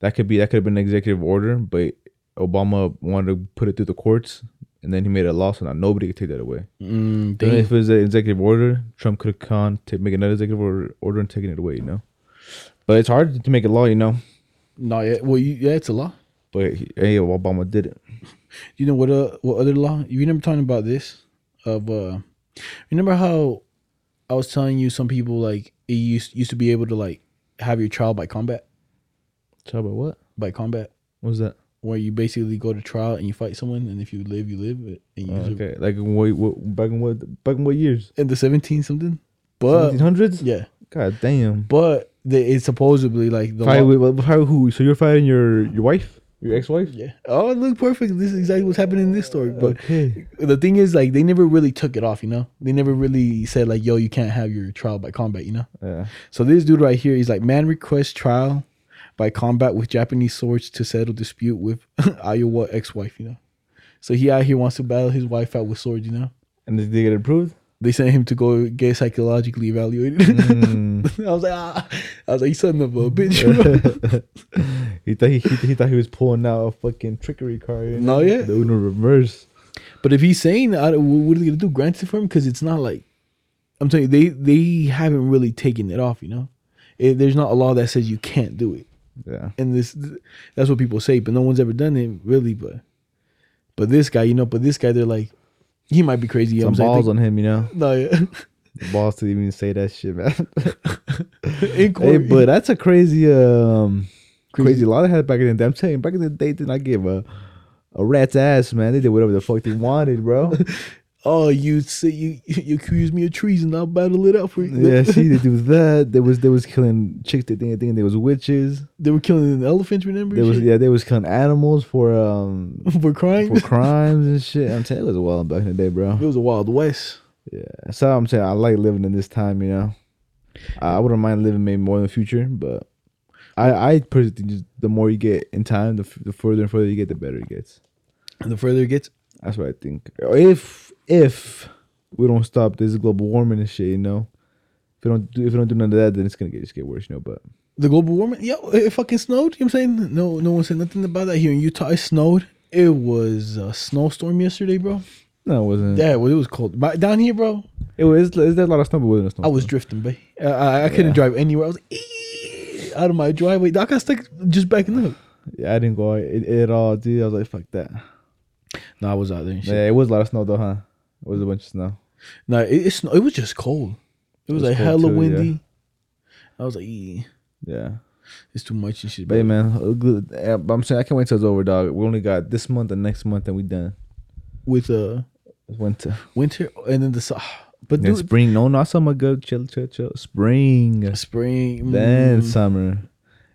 That could be that could have been an executive order, but Obama wanted to put it through the courts, and then he made it a law, so now nobody could take that away. Mm, Even damn. if it was an executive order, Trump could have gone to make another executive order, order and taken it away, you know. But it's hard to make a law, you know. No, yeah, well, you, yeah, it's a law. But he, hey, Obama did it. You know what? Uh, what other law? You remember talking about this? Of uh, remember how I was telling you some people like you used used to be able to like have your trial by combat Tell about what? by combat, What was that? where you basically go to trial and you fight someone, and if you live, you live, and you Oh, use it- okay, like in what, what, back in what back in what years? in the seventeen something. But Seventeen hundreds? Uh, yeah, God damn! but they, it's supposedly like the Fight law. with, with- fight who? So you're fighting your your wife, your ex-wife? Yeah. Oh, it looked perfect. This is exactly what's happening in this story, but. Okay. the thing is like they never really took it off you know they never really said like yo you can't have your trial by combat you know Yeah. so this dude right here he's like man requests trial by combat with japanese swords to settle dispute with iowa ex-wife you know so he out here wants to battle his wife out with swords you know And did they get approved? they sent him to go get psychologically evaluated Mm. i was like ah. i was like you son of a bitch he thought he, he, he thought he was pulling out a fucking trickery card. you No, know? yeah. The Uno reverse. but if he's saying I, don't- what are they gonna do grant it for him because it's not like i'm telling you they they haven't really taken it off you know it, there's not a law that says you can't do it Yeah. and this that's what people say, but no one's ever done it really. But but this guy, you know, but this guy, they're like, he might be crazy. You know Some what I'm balls saying? on him, you know. no, yeah. balls to even say that shit, man. in hey, court, but that's a crazy, um, crazy, Crazy. law they had back in the day. I'm telling you, back in the day, they did not give a, a rat's ass, man. They did whatever the fuck they wanted, bro. oh, you say you you accuse me of treason, I'll battle it out for you. yeah, see, they do that. They was they was killing chicks. They think they think they was witches. they were killing an elephant. Remember? They was shit? yeah, they was killing animals for um for crying. for crimes and shit. I'm telling you, it was wild back in the day, bro. it was a wild west. Yeah, so I'm saying I like living in this time. You know, I I wouldn't mind living maybe more in the future, but I I personally think just the more you get in time, the, f- the further and further you get, the better it gets. And the further it gets, That's what I think. If if we don't stop this global warming and shit, you know, if we don't do if we don't do none of that, then it's gonna get just get worse, you know. But the global warming. Yo, it fucking snowed. You know what I'm saying? No, no one said nothing about that here in Utah. It snowed It was a snowstorm yesterday, bro. No, it wasn't. Yeah, well, it was cold. But down here, bro, It was. Is there a lot of snow? But it wasn't a snow. I was drifting, babe. I, I, I couldn't Yeah. drive anywhere. I was "Ee," out of my driveway. I got stuck just backing up. Yeah, I didn't go out it, at all, dude. I was like, fuck that. No, I was out there. And shit. Yeah, it was a lot of snow though, huh? It was a bunch of snow. No, it, it's it was just cold. It was, was like cold hella too, yeah. windy. I was like, "Ee, Yeah, it's too much and shit. but Bro. hey, man, uh, good- uh, but I'm saying I can't wait till it's over, dog. We only got this month and next month, and we done. With uh, It's winter, winter and then the su- but then dude, spring. No, not summer. Good, chill, chill, chill. Spring, spring. then mm, summer,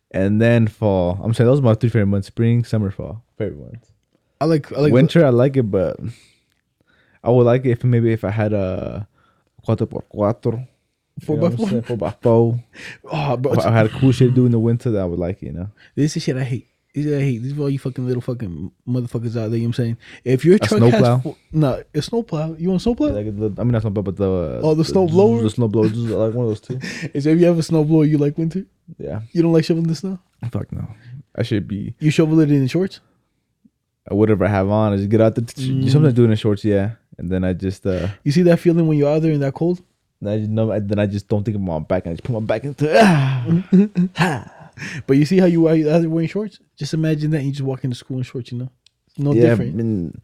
and then fall. I'm saying those are my three favorite months: spring, summer, fall. Favorite ones. I like I like Winter, I like it, but I would like it if maybe if I had a cuatro por cuatro, four you by know what I'm four. saying? four by four. Oh, bro, If I had cool shit to do in the winter, that I would like, it, you know. This is shit I hate. This is shit I hate. This is for all you fucking little fucking motherfuckers out there. You know what I'm saying? If your truck snowplow? has four, no, a snowplow. You want a snowplow? Like the, I mean, not snowblower, but the Oh, the snowblower? The snowblower, just like one of those two. Is if you have a snowblower, you like winter? Yeah, You don't like shoveling the snow? fuck no. I should be uh, You shovel it in shorts? whatever I have on. I just get out the. Mm. Sometimes I do it in shorts, yeah, and then I just uh, You see that feeling when you're out there in that cold? then I just know, then I just don't think of my back, and I just put my back into. Ah. But you see how you are out there wearing shorts? Just imagine that you just walk into school in shorts. You know, it's no yeah, I Oh, different. mean,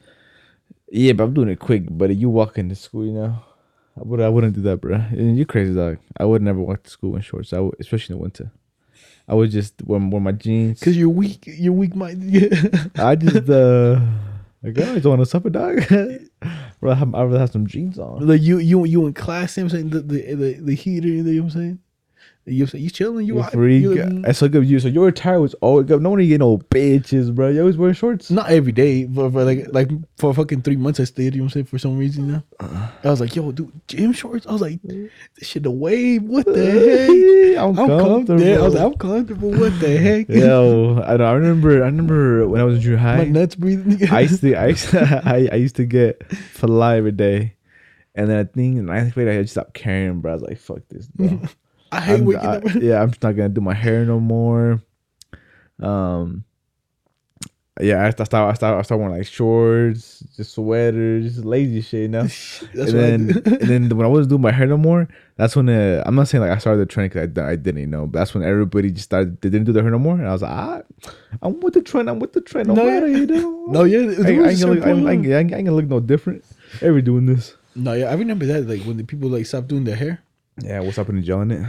yeah, but I'm doing it quick. But you walk into school, you know, I would I wouldn't do that, bro. And you crazy dog. I would never walk to school in shorts. I would, especially in the winter. I would just wear, wear my jeans. Cause you're weak. You're weak minded. I just uh, like I don't want to suffer, dog. bro, I have- I'd rather have some jeans on. like you, you, you in class. You know what I'm saying the the the, the heater. You know what I'm saying? You know what I'm saying? you chilling. You You out- free. you- That's so good. with You so your attire was always good. No one get no bitches, bro. You always wearing shorts. not every day, but for like like for fucking three months I stayed, you know what I'm saying, for some reason now. Uh-huh. I was like, yo, dude, gym shorts. I was like, this shit the wave, what the heck? I'm, I'm comfortable. I was like, comfortable. I'm comfortable, what the heck? Yo, I know. I remember. I remember when I was in junior My high. nuts breathing. I used to, I used to, I, I used to get fly every day, and then I think in ninth grade I just stopped caring, bro. I was like, "Fuck this, bro." I hate I'm, waking I- up. yeah, I'm just not gonna do my hair no more. Um, yeah, I start, I start, I start wearing like shorts, just sweaters, just lazy shit, you know. That's what I and then, do. and then when I wasn't doing my hair no more, that's when uh, I'm not saying like I started the trend because I, I didn't, you know. But that's when everybody just started they didn't do their hair no more, and I was like, ah, I'm with the trend, I'm with the trend, no, No, matter yeah. you know. No, yeah, I, there ain't- was a I, ain't gonna certain look, I, ain't- I, point ain't- where- I ain't gonna look no different. Every doing this. no, yeah, I remember that. Like when the people like stopped doing their hair. Yeah, what's happening, John? It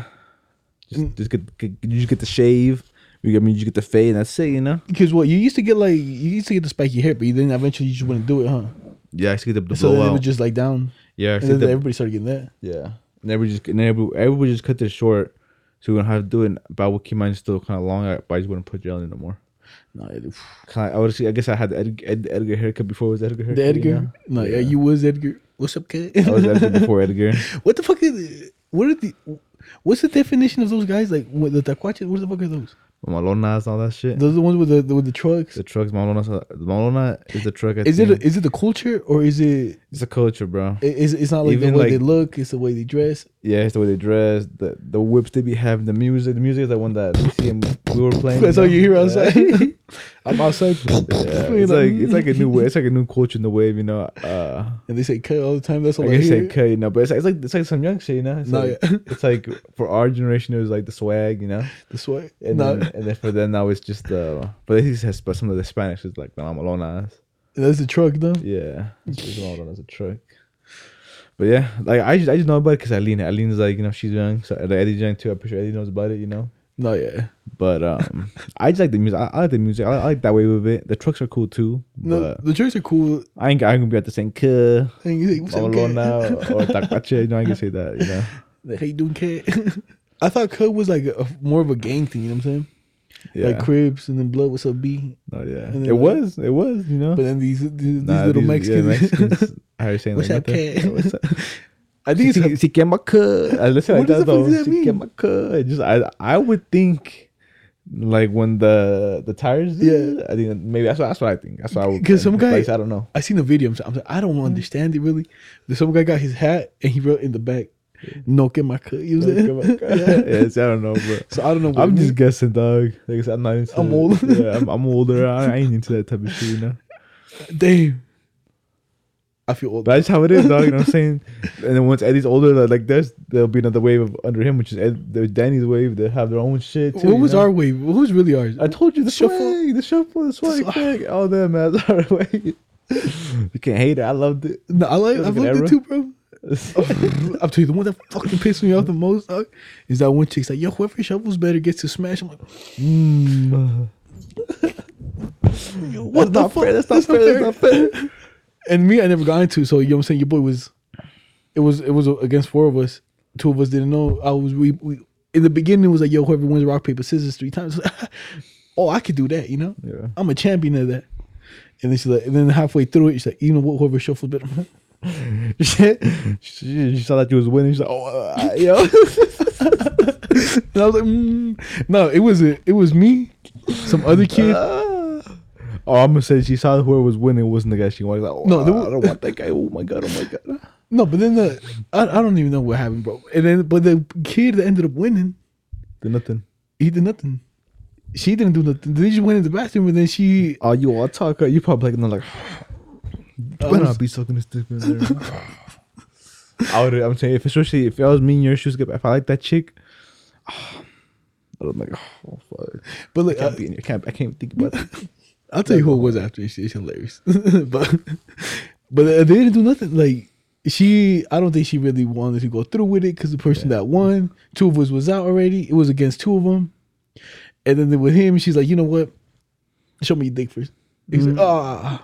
just, Mm. just get, get you just get the shave. You get I mean, you just get the fade, and that's it. You know. Because what you used to get like you used to get the spiky hair, but you then eventually you just wouldn't do it, huh? Yeah, I used to get the, the So then it blowout. was just like down. yeah, I And used to then get the- everybody started getting that. yeah. And everybody just and everybody, everybody just cut this short, so we don't have to do it. But I would keep mine still kind of long, I- but I just wouldn't put gel in no more. No, yeah, oof. Kind of, I would say, I guess I had the Edgar, Ed, Edgar haircut before it was Edgar. Haircut, The Edgar? You No, know? yeah. you was Edgar. What's up, kid? I was Edgar before Edgar. what the fuck is? What are the? What's the definition of those guys? Like what, the taquaches? What the fuck are those? Malonas, all that shit. Those are the ones with the, the with the trucks. the trucks, Malonas, Malona is the truck. I Is it think. a, is it the culture or is it? it's a culture, bro. i- Is it's not like Even the way like- they look. It's the way they dress. Yeah, it's the way they dress, the the whips they be having, the music. The music is the one that TCM we were playing. That's all know? you hear Yeah. outside. I'm outside. Yeah, It's like it's like a new way. It's like a new culture in the wave, you know. Uh, and they say cut all the time. That's all I I, guess hear. they cut, you know, but it's like, it's like it's like some young shit, you know. It's, No, like, yeah. it's like for our generation, it was like the swag, you know, the sweat. and No, then, and then for them now it's just the. but they just has but some of the Spanish is like the Mamalonas. that's the truck though. Yeah, it's just Mamalonas a truck. But yeah, like I just I just know about it because Aline. Aline's like you know she's young, so like, Eddie's young too. I'm pretty sure Eddie knows about it, you know. No, yeah. But um, I just like the music. I, I like the music. I, I like that wave of it. The trucks are cool too. No, But the trucks are cool. I ain't I ain't gonna be at the same cuh, And you say, what's up, kid? Mamalona or Tacache. You know, I ain't gonna say that. You know, Like, how you doing, kid? I thought Cub was like a, more of a gang thing, you know what I'm saying? yeah, Like Cribs and then Blood, what's up, B? no, yeah. and then It like- was, it was. You know, But then these these, these Nah, little these- yeah, Mexicans. Mexicans. I was saying What's like up, nothing. kid? Yeah, what's up? I Si, think si, it's si quema cuh. I listen like What does that the fuck though. does that Si mean? quema cuh. It Just I I would think. Like when the the tires, Yeah. I think maybe that's what that's what I think. That's what I would. 'Cause some guy- like, I don't know. I seen the video. I'm, so- I'm like, I don't understand it really. There's some guy got his hat and he wrote in the back, "No que my cut." You know what I'm saying? yeah, see, I don't know, bro. So I don't know. What I'm it just means. guessing, dog. Like I said, I'm not into. I'm old. Yeah, I'm, I'm older. I, I ain't into that type of shit, you know. Damn. I feel old. That's how it is, dog. You know what I'm saying? And then once Eddie's older, like, like there's there'll be another wave of, under him, which is Ed, the Danny's wave. They have their own shit. Too, what you was know? our wave? What was really ours? I told you the Shuffle. swag, the shuffle, the swag, swag. swag. all that man. That's our way. You can't hate it. I loved it. No, I like. That's I like an loved era. it too, bro. I'll tell you the one that fucking pissed me off the most dog, is that one chick's like, "Yo, whoever shovels better gets to smash." I'm like, Yo, what the not fuck? fair, that's not fair, that's fair. and me, I never got into. it, So you know what I'm saying. Your boy was, it was it was against four of us. Two of us didn't know. I was we, we in the beginning it was like, "Yo, whoever wins rock paper scissors three times." oh, I could do that. You know, Yeah. I'm a champion of that. And then she's like, and then halfway through it, she's like, "You know what? Whoever shuffles better." I'm like, she, she saw that you was winning. She's like, oh, uh, yo. And I was like, mm. no, it was it was me, some other kid. oh, I'm gonna say she saw whoever was winning wasn't the guy she wanted. Like, oh, No, no, there I wa- don't want that guy. Oh my god. Oh my god. No, but then the I, I don't even know what happened, bro. And then but the kid that ended up winning, Did nothing. he did nothing. She didn't do nothing. They just went in the bathroom and then she Oh, you all talk. You probably like, no, like, I when I was- be sucking this dick in there. I would. I'm saying, if especially if I was me in your shoes, if I like that chick, I'm like, oh fuck, but I like uh, can't I, be in your camp. I can't think about it. I'll tell you who it was after. It's, it's hilarious. but but uh, they didn't do nothing. Like she, I don't think she really wanted to go through with it because the person that won, two of us was out already. It was against two of them, and then with him, she's like, you know what? Show me your dick first. He's like, ah,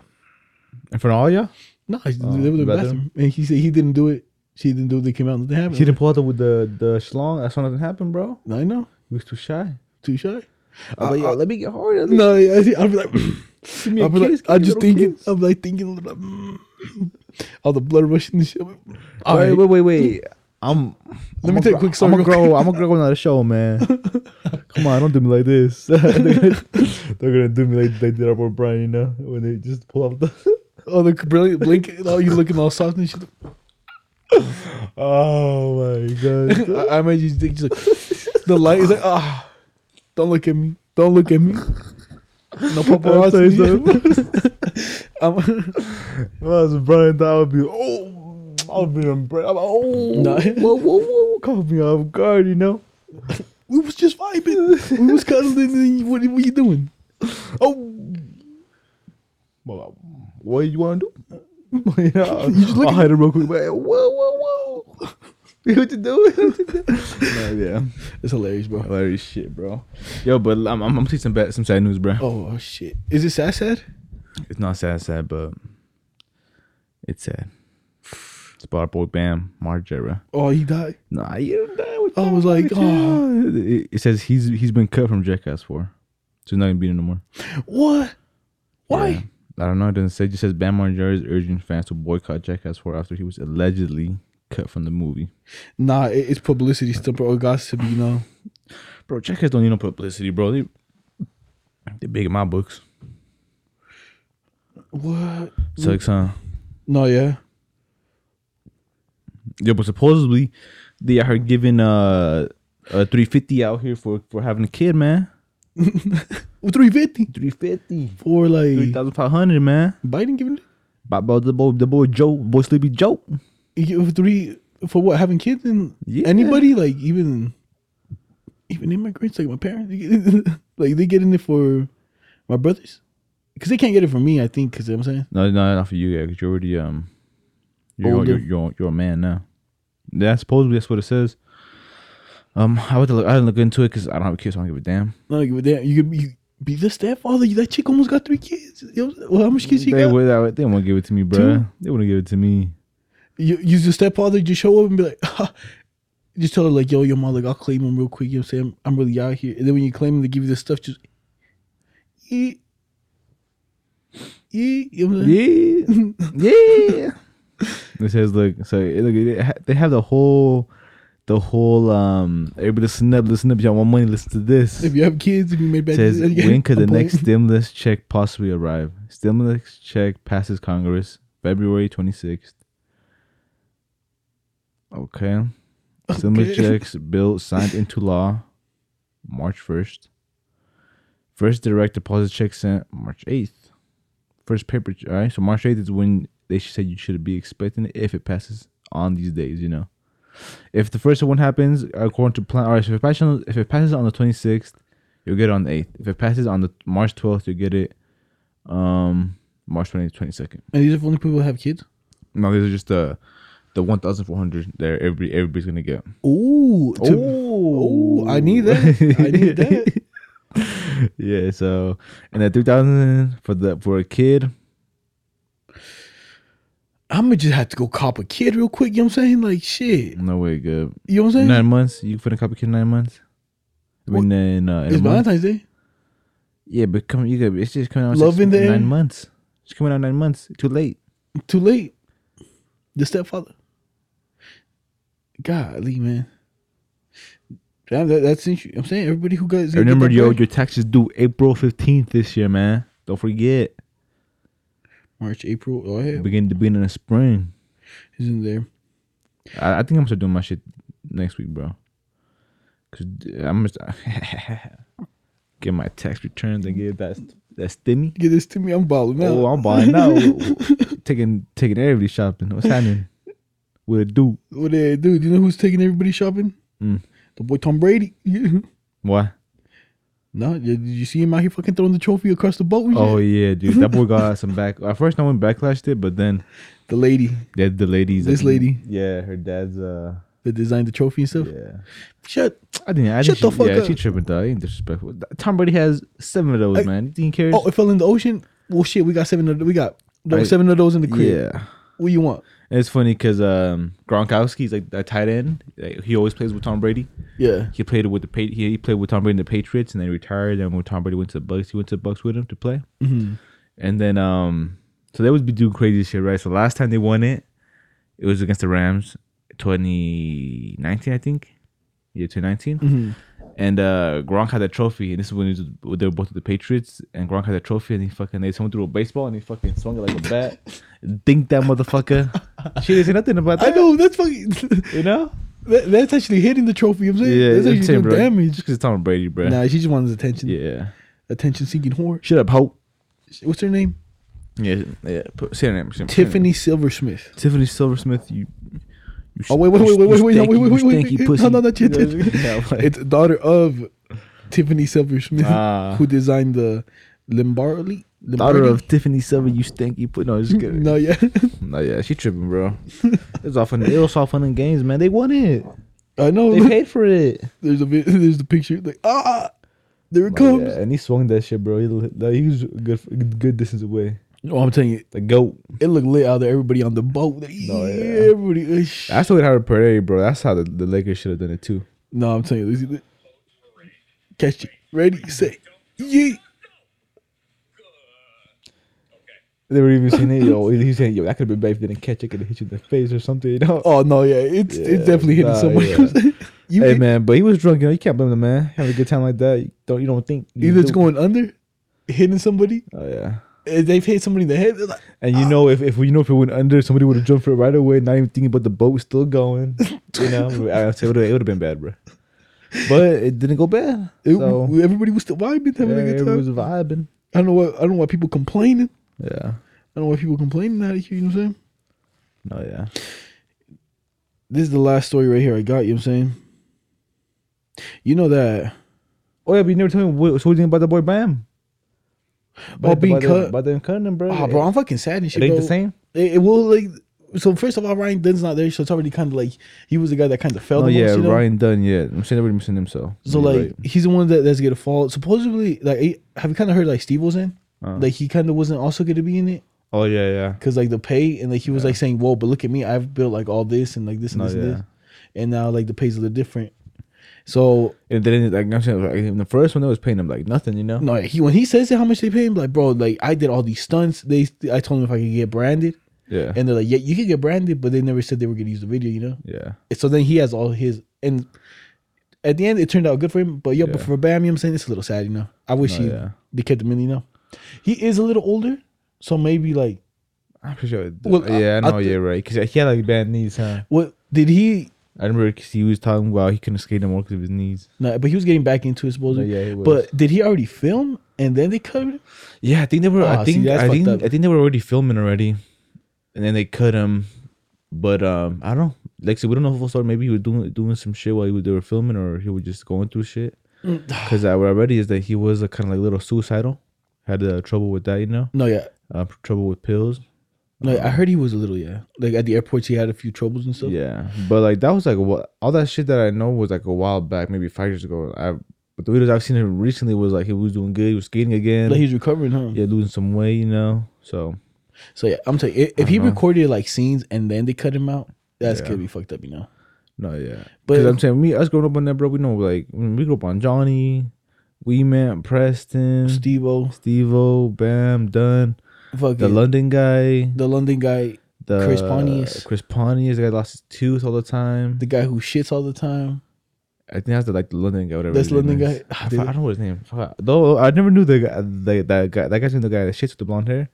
In front of all y'all, no, they were Oh, in the bathroom? bathroom, and he said he didn't do it. She didn't do it. They came out, nothing happened. she didn't pull out the with the the schlong. That's why nothing happened, bro. I know, He was too shy. too shy. Uh, I'm like, yo, let me get hard. Let me No, yeah, I see- I'll be like, give me a I'll be like, kiss, give I me a just little thinking, kiss. I'm like thinking, a little bit, mm, all the blood rushing and shit. All right, wait, wait, wait. I'm. Let me take a quick story I'm a real grow. I'm a grow another show, man. Come on, don't do me like this. they're, gonna, they're gonna do me like they did our boy Brian, you know, when they just pull up the. Oh, the brilliant blink! Oh, you looking all soft and shit. Oh my god. I, I made you think just like the light is like ah, don't look at me, don't look at me. No paparazzi. I'm, If I was Brian, that would be oh, I would be in bra- I'm like, oh, No. whoa, whoa, whoa, caught me off guard, you know. we was just vibing. We was cuddling. And you, what, what you doing? Oh, Well, what you want to do? you know, I'll hide it real quick. But, whoa, whoa, whoa! what you doing? no, yeah, It's hilarious, bro. hilarious shit, bro. Yo, but I'm, I'm, I'm see some bad, some sad news, bro. Oh shit! Is it sad? Sad? It's not sad, sad, but it's sad. It's about our boy Bam Margera. Oh, he died. Nah, you don't die with I that was one, like, but you "Oh." know, It, it says he's he's been cut from Jackass Four, so he's not gonna be in it no more. What? Why? Yeah. I don't know. It doesn't say. It just says Bam Margera is urging fans to boycott Jackass Four after he was allegedly cut from the movie. Nah, it, it's publicity stunt or gossip. You know, Bro, Jackass don't need no publicity, bro. They they big in my books. what? Sucks, huh? No, yeah. Yeah, but supposedly they are giving uh a three fifty out here for for having a kid, man. Three fifty Three fifty. for Three like thousand five hundred, man. Biden giving it. Bob, Bob, the boy, the boy Joe, boy Sleepy Joe. You give three for what having kids and Yeah. anybody like even even immigrants like my parents like they getting it for my brothers because they can't get it for me I think because you know what I'm saying No, no, not for you, yeah, 'cause you're already um, you're, Older. you're you're you're a man now. Yeah, supposedly that's what it says. Um, I would look. I didn't look into it because I don't have a kid, so I don't give a damn. no like, but damn you could you be the stepfather that chick almost got three kids You know, well how much kids she They got would. I would- They won't give it to me, bro. They wouldn't give it to me. you you the stepfather just show up and be like just tell her like yo your mom like I'll claim him real quick you know what I'm saying I'm really out here and then when you claim him they give you this stuff just eat eat you know what I'm saying? Yeah, yeah. It says look. So it- look, it ha- they have the whole, the whole um. Everybody listen up, listen up. Y'all want money? Listen to this. if you have kids if you made bad says decisions, you when could the get a next point." stimulus check possibly arrive? Stimulus check passes Congress February 26th. Okay. Stimulus Okay. checks bill signed into law March 1st. First direct deposit check sent March 8th. first paper. All right, so March eighth is when they said you should be expecting it if it passes on these days. You know, if the first one happens according to plan, all right. So if it passes, if it passes on the twenty sixth, you'll get it on the eighth. If it passes on the March twelfth, you'll get it. Um, March 20th, 22nd. And these are for only people who have kids. No, these are just the the one thousand four hundred there. Everybody, everybody's gonna get. Ooh, to- Oh, ooh, I need that. I need that. yeah. So and the three thousand for the for a kid. I'm gonna just have to go cop a kid real quick. You know what I'm saying? Like shit. No way, good. You know what I'm saying? Nine months. You finna cop a kid in nine months. I mean, in, uh, in a it's month. Valentine's Day. Yeah, but come, you got it's just coming out. Love six- in the nine air. months. It's coming out nine months. Too late. Too late. The stepfather. Golly, man. Damn, that, that's interesting. I'm saying everybody who got. Remember, yo, your taxes due April fifteenth this year, man. Don't forget. March, April. Oh, yeah. Begin the beginning of spring. He's in there. I, I think I'm gonna start doing my shit next week, bro. Cause d- I'm gonna start- get my tax returns and get that that stimmy. Get this to me. I'm balling now. Oh, I'm buying now. taking taking everybody shopping. What's happening? With a dude. Well, there, dude, you know who's taking everybody shopping? Mm. The boy Tom Brady. no, Why? did you see him out here fucking throwing the trophy across the boat? and Oh shit? yeah, dude. That boy got some back. At first, no one backlashed it, but then the lady the the ladies. This lady? Yeah, her dad's. uh that designed the trophy and stuff. Yeah. Shut. I didn't. I Shut didn't. the fuck yeah, up. she tripping though. I ain't disrespectful. Tom Brady has seven of those, Hey. man. You think he cares? Oh, it fell in the ocean. Well, shit, we got seven. Of, we got there were Right. seven of those in the crib. yeah. What you want? And it's funny because um, Gronkowski's like that tight end. Like, he always plays with Tom Brady. Yeah. He played with the pa- he, he played with Tom Brady in the Patriots, and then retired. And when Tom Brady went to the Bucks, he went to the Bucks with him to play. hmm And then um, so they always be doing crazy shit, right? So last time they won it, it was against the Rams, 2019, I think. Yeah, 2019. hmm And uh, Gronk had that trophy, and this is when, he was, when they were both with the Patriots. And Gronk had that trophy, and he fucking they someone threw a baseball, and he fucking swung it like a bat, dinked that motherfucker. she didn't say nothing about I that. know that's fucking. You know? that, that's actually hitting the trophy. You know what I'm saying that's it's actually doing Just damage. because it's Tom Brady, bro. Nah, she just wants attention. Yeah. Attention seeking whore. Shut up, Hope. What's her name? Yeah, yeah. Put, say her name. say her name. Tiffany Silversmith. Tiffany Silversmith. You. you Oh wait, wait, wait, wait, wait, wait, no, wait, wait, wait, wait, wait. No, no, not your Tiffany. It's daughter of Tiffany Silversmith, Ah. who designed the Lombardi. Daughter Lombardi? of Tiffany Silver. You stanky pussy. No, just kidding. No, yeah. No, yeah, she tripping, bro. it was all fun. It was all fun and games, man. They won it. I know. They paid for it. There's a vid- there's the picture. Like ah, there it Oh, comes. yeah, and he swung that shit, bro. He, like, he was good, good distance away. Oh, I'm telling you, The goat. it looked lit out there. Everybody on the boat. Like, yeah, No, Oh, yeah. everybody. uh, sh- That's the way Howard Parade, bro. That's how the, the Lakers should have done it too. no, I'm telling you. this is it. Catch it. Ready, set, yeet. They were even saying, hey, yo, he's saying, yo, that could have been bad if they didn't catch it, could have hit you in the face or something, you know? Oh no, yeah, it's Yeah, it's definitely hitting nah, somebody yeah. else. you hey, hit- man, but he was drunk, you know? You can't blame the man. Having a good time like that, you don't you don't think. you either it's do- going under, hitting somebody. Oh, yeah. If they've hit somebody in the head, they're like, And you know, if, if we- you know if it went under, somebody would have jumped for it right away, not even thinking about the boat was still going. You know, I would say it would have been bad, bro. But it didn't go bad. It- so everybody was still vibing, yeah, having a good it time. was vibing. I don't know why. I don't know why people complaining. Yeah. I don't know why people complaining out of here. You know what I'm saying? No, yeah. This is the last story right here. I got you. know what I'm saying. You know that Oh yeah, but you never told me what so what do you think about the boy Bam. Oh, being about cut. The, about them cutting him, bro. Oh, bro, I'm fucking sad and It shit. ain't bro. the same. It, it will like. So first of all, Ryan Dunn's not there, so it's already kind of like he was the guy that kind of fell. No, the Oh, yeah, most, you know? Ryan Dunn. Yeah, I'm saying everybody missing him. So, So Yeah, like right. he's the one that, that's gonna fall. Supposedly, like eh, have you kind of heard like Steve was in? Uh. Like he kind of wasn't also gonna be in it oh yeah, yeah, because like the pay and like he was like saying, "Whoa, but look at me! I've built like all this and like this and No, this and yeah. this, and now like the pay's a little different." So and then like I'm saying, like, in the first one they was paying him like nothing, you know. no, he when he says it, how much they pay him? Like, bro, like I did all these stunts. They, I told him if I could get branded, Yeah, and they're like, "Yeah, you could get branded," but they never said they were gonna use the video, you know. yeah, And so then he has all his and. At the end, it turned out good for him, but yo, but Yeah. for Bam, you know what I'm saying it's a little sad, you know. I wish No, he Oh, yeah. they kept him in, you know. He is a little older, so maybe like I'm pretty sure. Well, I- yeah, I I know. th- yeah, right. Because he had like bad knees, huh? What did he? I remember 'cause he was talking about he couldn't skate no more because of his knees. No, but he was getting back into it supposedly. yeah, he was. But did he already film and then they cut it? Yeah, I think they were. Ah, I see, think that's I fucked think up. I think they were already filming already, and then they cut him. But um, I don't know. Like, so we don't know full story. Maybe he was doing doing some shit while he was, they were filming, or he was just going through shit. Mm. Because what I read is that he was a kind of like little suicidal, had uh, trouble with that, you know, No, yeah. uh, trouble with pills. No, I heard he was a little yeah. Like at the airports, he had a few troubles and stuff. Yeah, but like that was like what all that shit that I know was like a while back, maybe five years ago. I but the videos I've seen him recently was like he was doing good, he was skating again, Like he's recovering, huh? yeah, losing some weight, you know. So So yeah, I'm telling you, if, if he know. recorded like scenes and then they cut him out, that's Yeah. gonna be fucked up, you know. no, yeah, But- but I'm saying me us growing up on that, bro, we know like when we grew up on Johnny, Wee Man, Preston, Stevo, Stevo, Bam, Dunn, fucking the London guy, the London guy, the Chris Pontius. Chris Pontius, the guy that lost his tooth all the time. the guy who shits all the time. I think that's the, like the London guy. Whatever That's his name London is. guy? I, Ah, fo- dude. I don't know what his name. Fuck. Though I never knew the guy. The, that guy. That guy's name. The guy that shits with the blonde hair,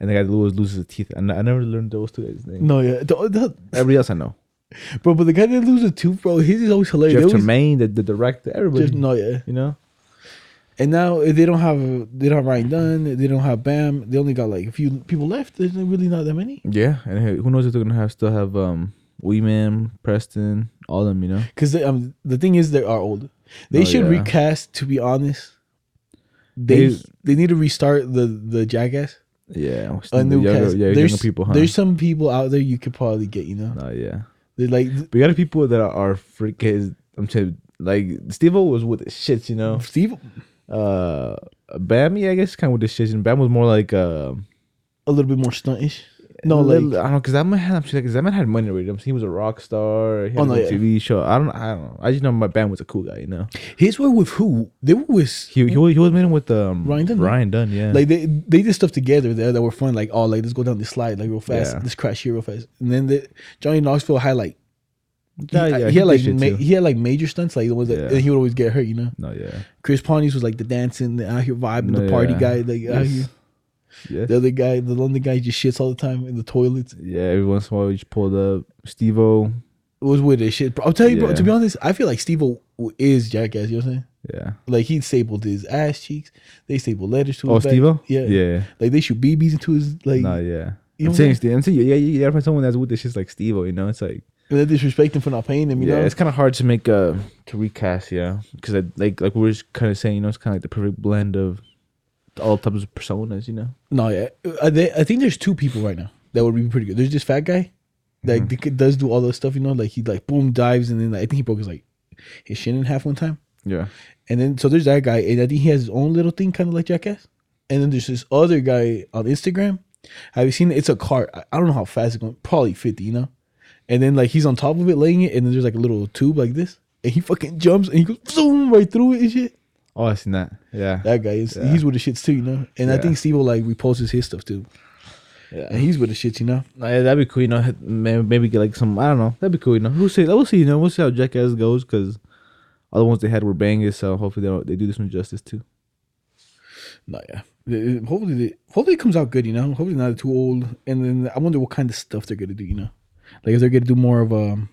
and the guy that always loses his teeth. And I never learned those two guys' names. No, yeah, the, the, Everybody else I know. bro, but the guy that loses a tooth, bro, his is always hilarious. Jeff They always- Tremaine, the, the director. Everybody. Jeff- no, yeah, You know. and now eh, they don't have they don't have Ryan Dunn, they don't have Bam, they only got like a few people left. There's really not that many. Yeah, and hey, who knows if they're gonna have still have um Wee Man, Preston, all them. You know. Because um, the thing is, they are old. They Oh, should yeah. recast. To be honest, they They- they need to restart the the jackass. Yeah. A new cast. Yeah, there's, younger people. Huh? there's some people out there you could probably get. You know, No, yeah. they're like But you got people that are freaking. I'm saying like Steve-O was with the shits. You know. Steve uh Bam, yeah, I guess kind of with the shit. And Bam was more like uh, a little bit more stuntish. No, like little- I don't know, cause that man had cause that man had money already. I'm saying he was a rock star. He had Oh, oh, no, yeah. TV show. I don't, I don't know. I just know my Bam was a cool guy. You know, his were with who? They were with he he was, he was meeting with um Ryan Dunn. Ryan Dunn, yeah. like they they did stuff together there that were fun. Like oh, like let's go down this slide like real fast. Yeah. Let's crash here real fast. And then the, Johnny Knoxville had like he, Yeah, yeah, he he had like did shit ma- too. he had like major stunts like the ones that Yeah. and he would always get hurt. You know. no, yeah, Chris Pontius was like the dancing, the out here vibing, the No, party yeah. guy. Like out Yes. here. yes. the other guy, the London guy, just shits all the time in the toilets. yeah. Every once in a while, he just pulled up. Stevo, It was weird as shit. Bro, I'll tell you, bro. Yeah. To be honest, I feel like Steve is jackass. You know what I'm saying? yeah. Like he stapled his ass cheeks. They stapled letters to Oh, his back. Stevo, Yeah. yeah. Like they shoot BBs into his like. no, yeah. you know I'm what saying, Steve- I'm saying, yeah, yeah, yeah. Find someone that's with this shit's like Stevo, you know, it's like. and they disrespect him for not paying him. You yeah, know. it's kind of hard to make a to recast, yeah, because like like we were kind of saying, you know, it's kind of like the perfect blend of all types of personas, you know. No, yeah. I, they, I think there's two people right now that would be pretty good. There's this fat guy Mm-hmm. that d- does do all those stuff. You know, like he like boom dives and then like, I think he broke his like his shin in half one time. Yeah, And then so there's that guy, and I think he has his own little thing, kind of like Jackass. And then there's this other guy on Instagram. Have you seen it? It's a cart. I I don't know how fast it's going. Probably fifty, you know. And then like he's on top of it, laying it, and then there's like a little tube like this, and he fucking jumps and he goes zoom right through it and shit. oh, I seen that. Yeah, That guy is Yeah. he's with the shits too, you know. And I Yeah. think Steve like reposts his stuff too, and yeah. he's with the shits, you know. No, yeah, that'd be cool, you know. Maybe, maybe get like some, I don't know. That'd be cool, you know. We'll see. We'll see, you know. We'll see how Jackass goes, because all the ones they had were bangers. So hopefully they don't, they do this one justice too. No, yeah. It- it- Hopefully, they, hopefully it comes out good, you know. Hopefully not too old. And then I wonder what kind of stuff they're gonna do, you know. Like if they're gonna do more of um,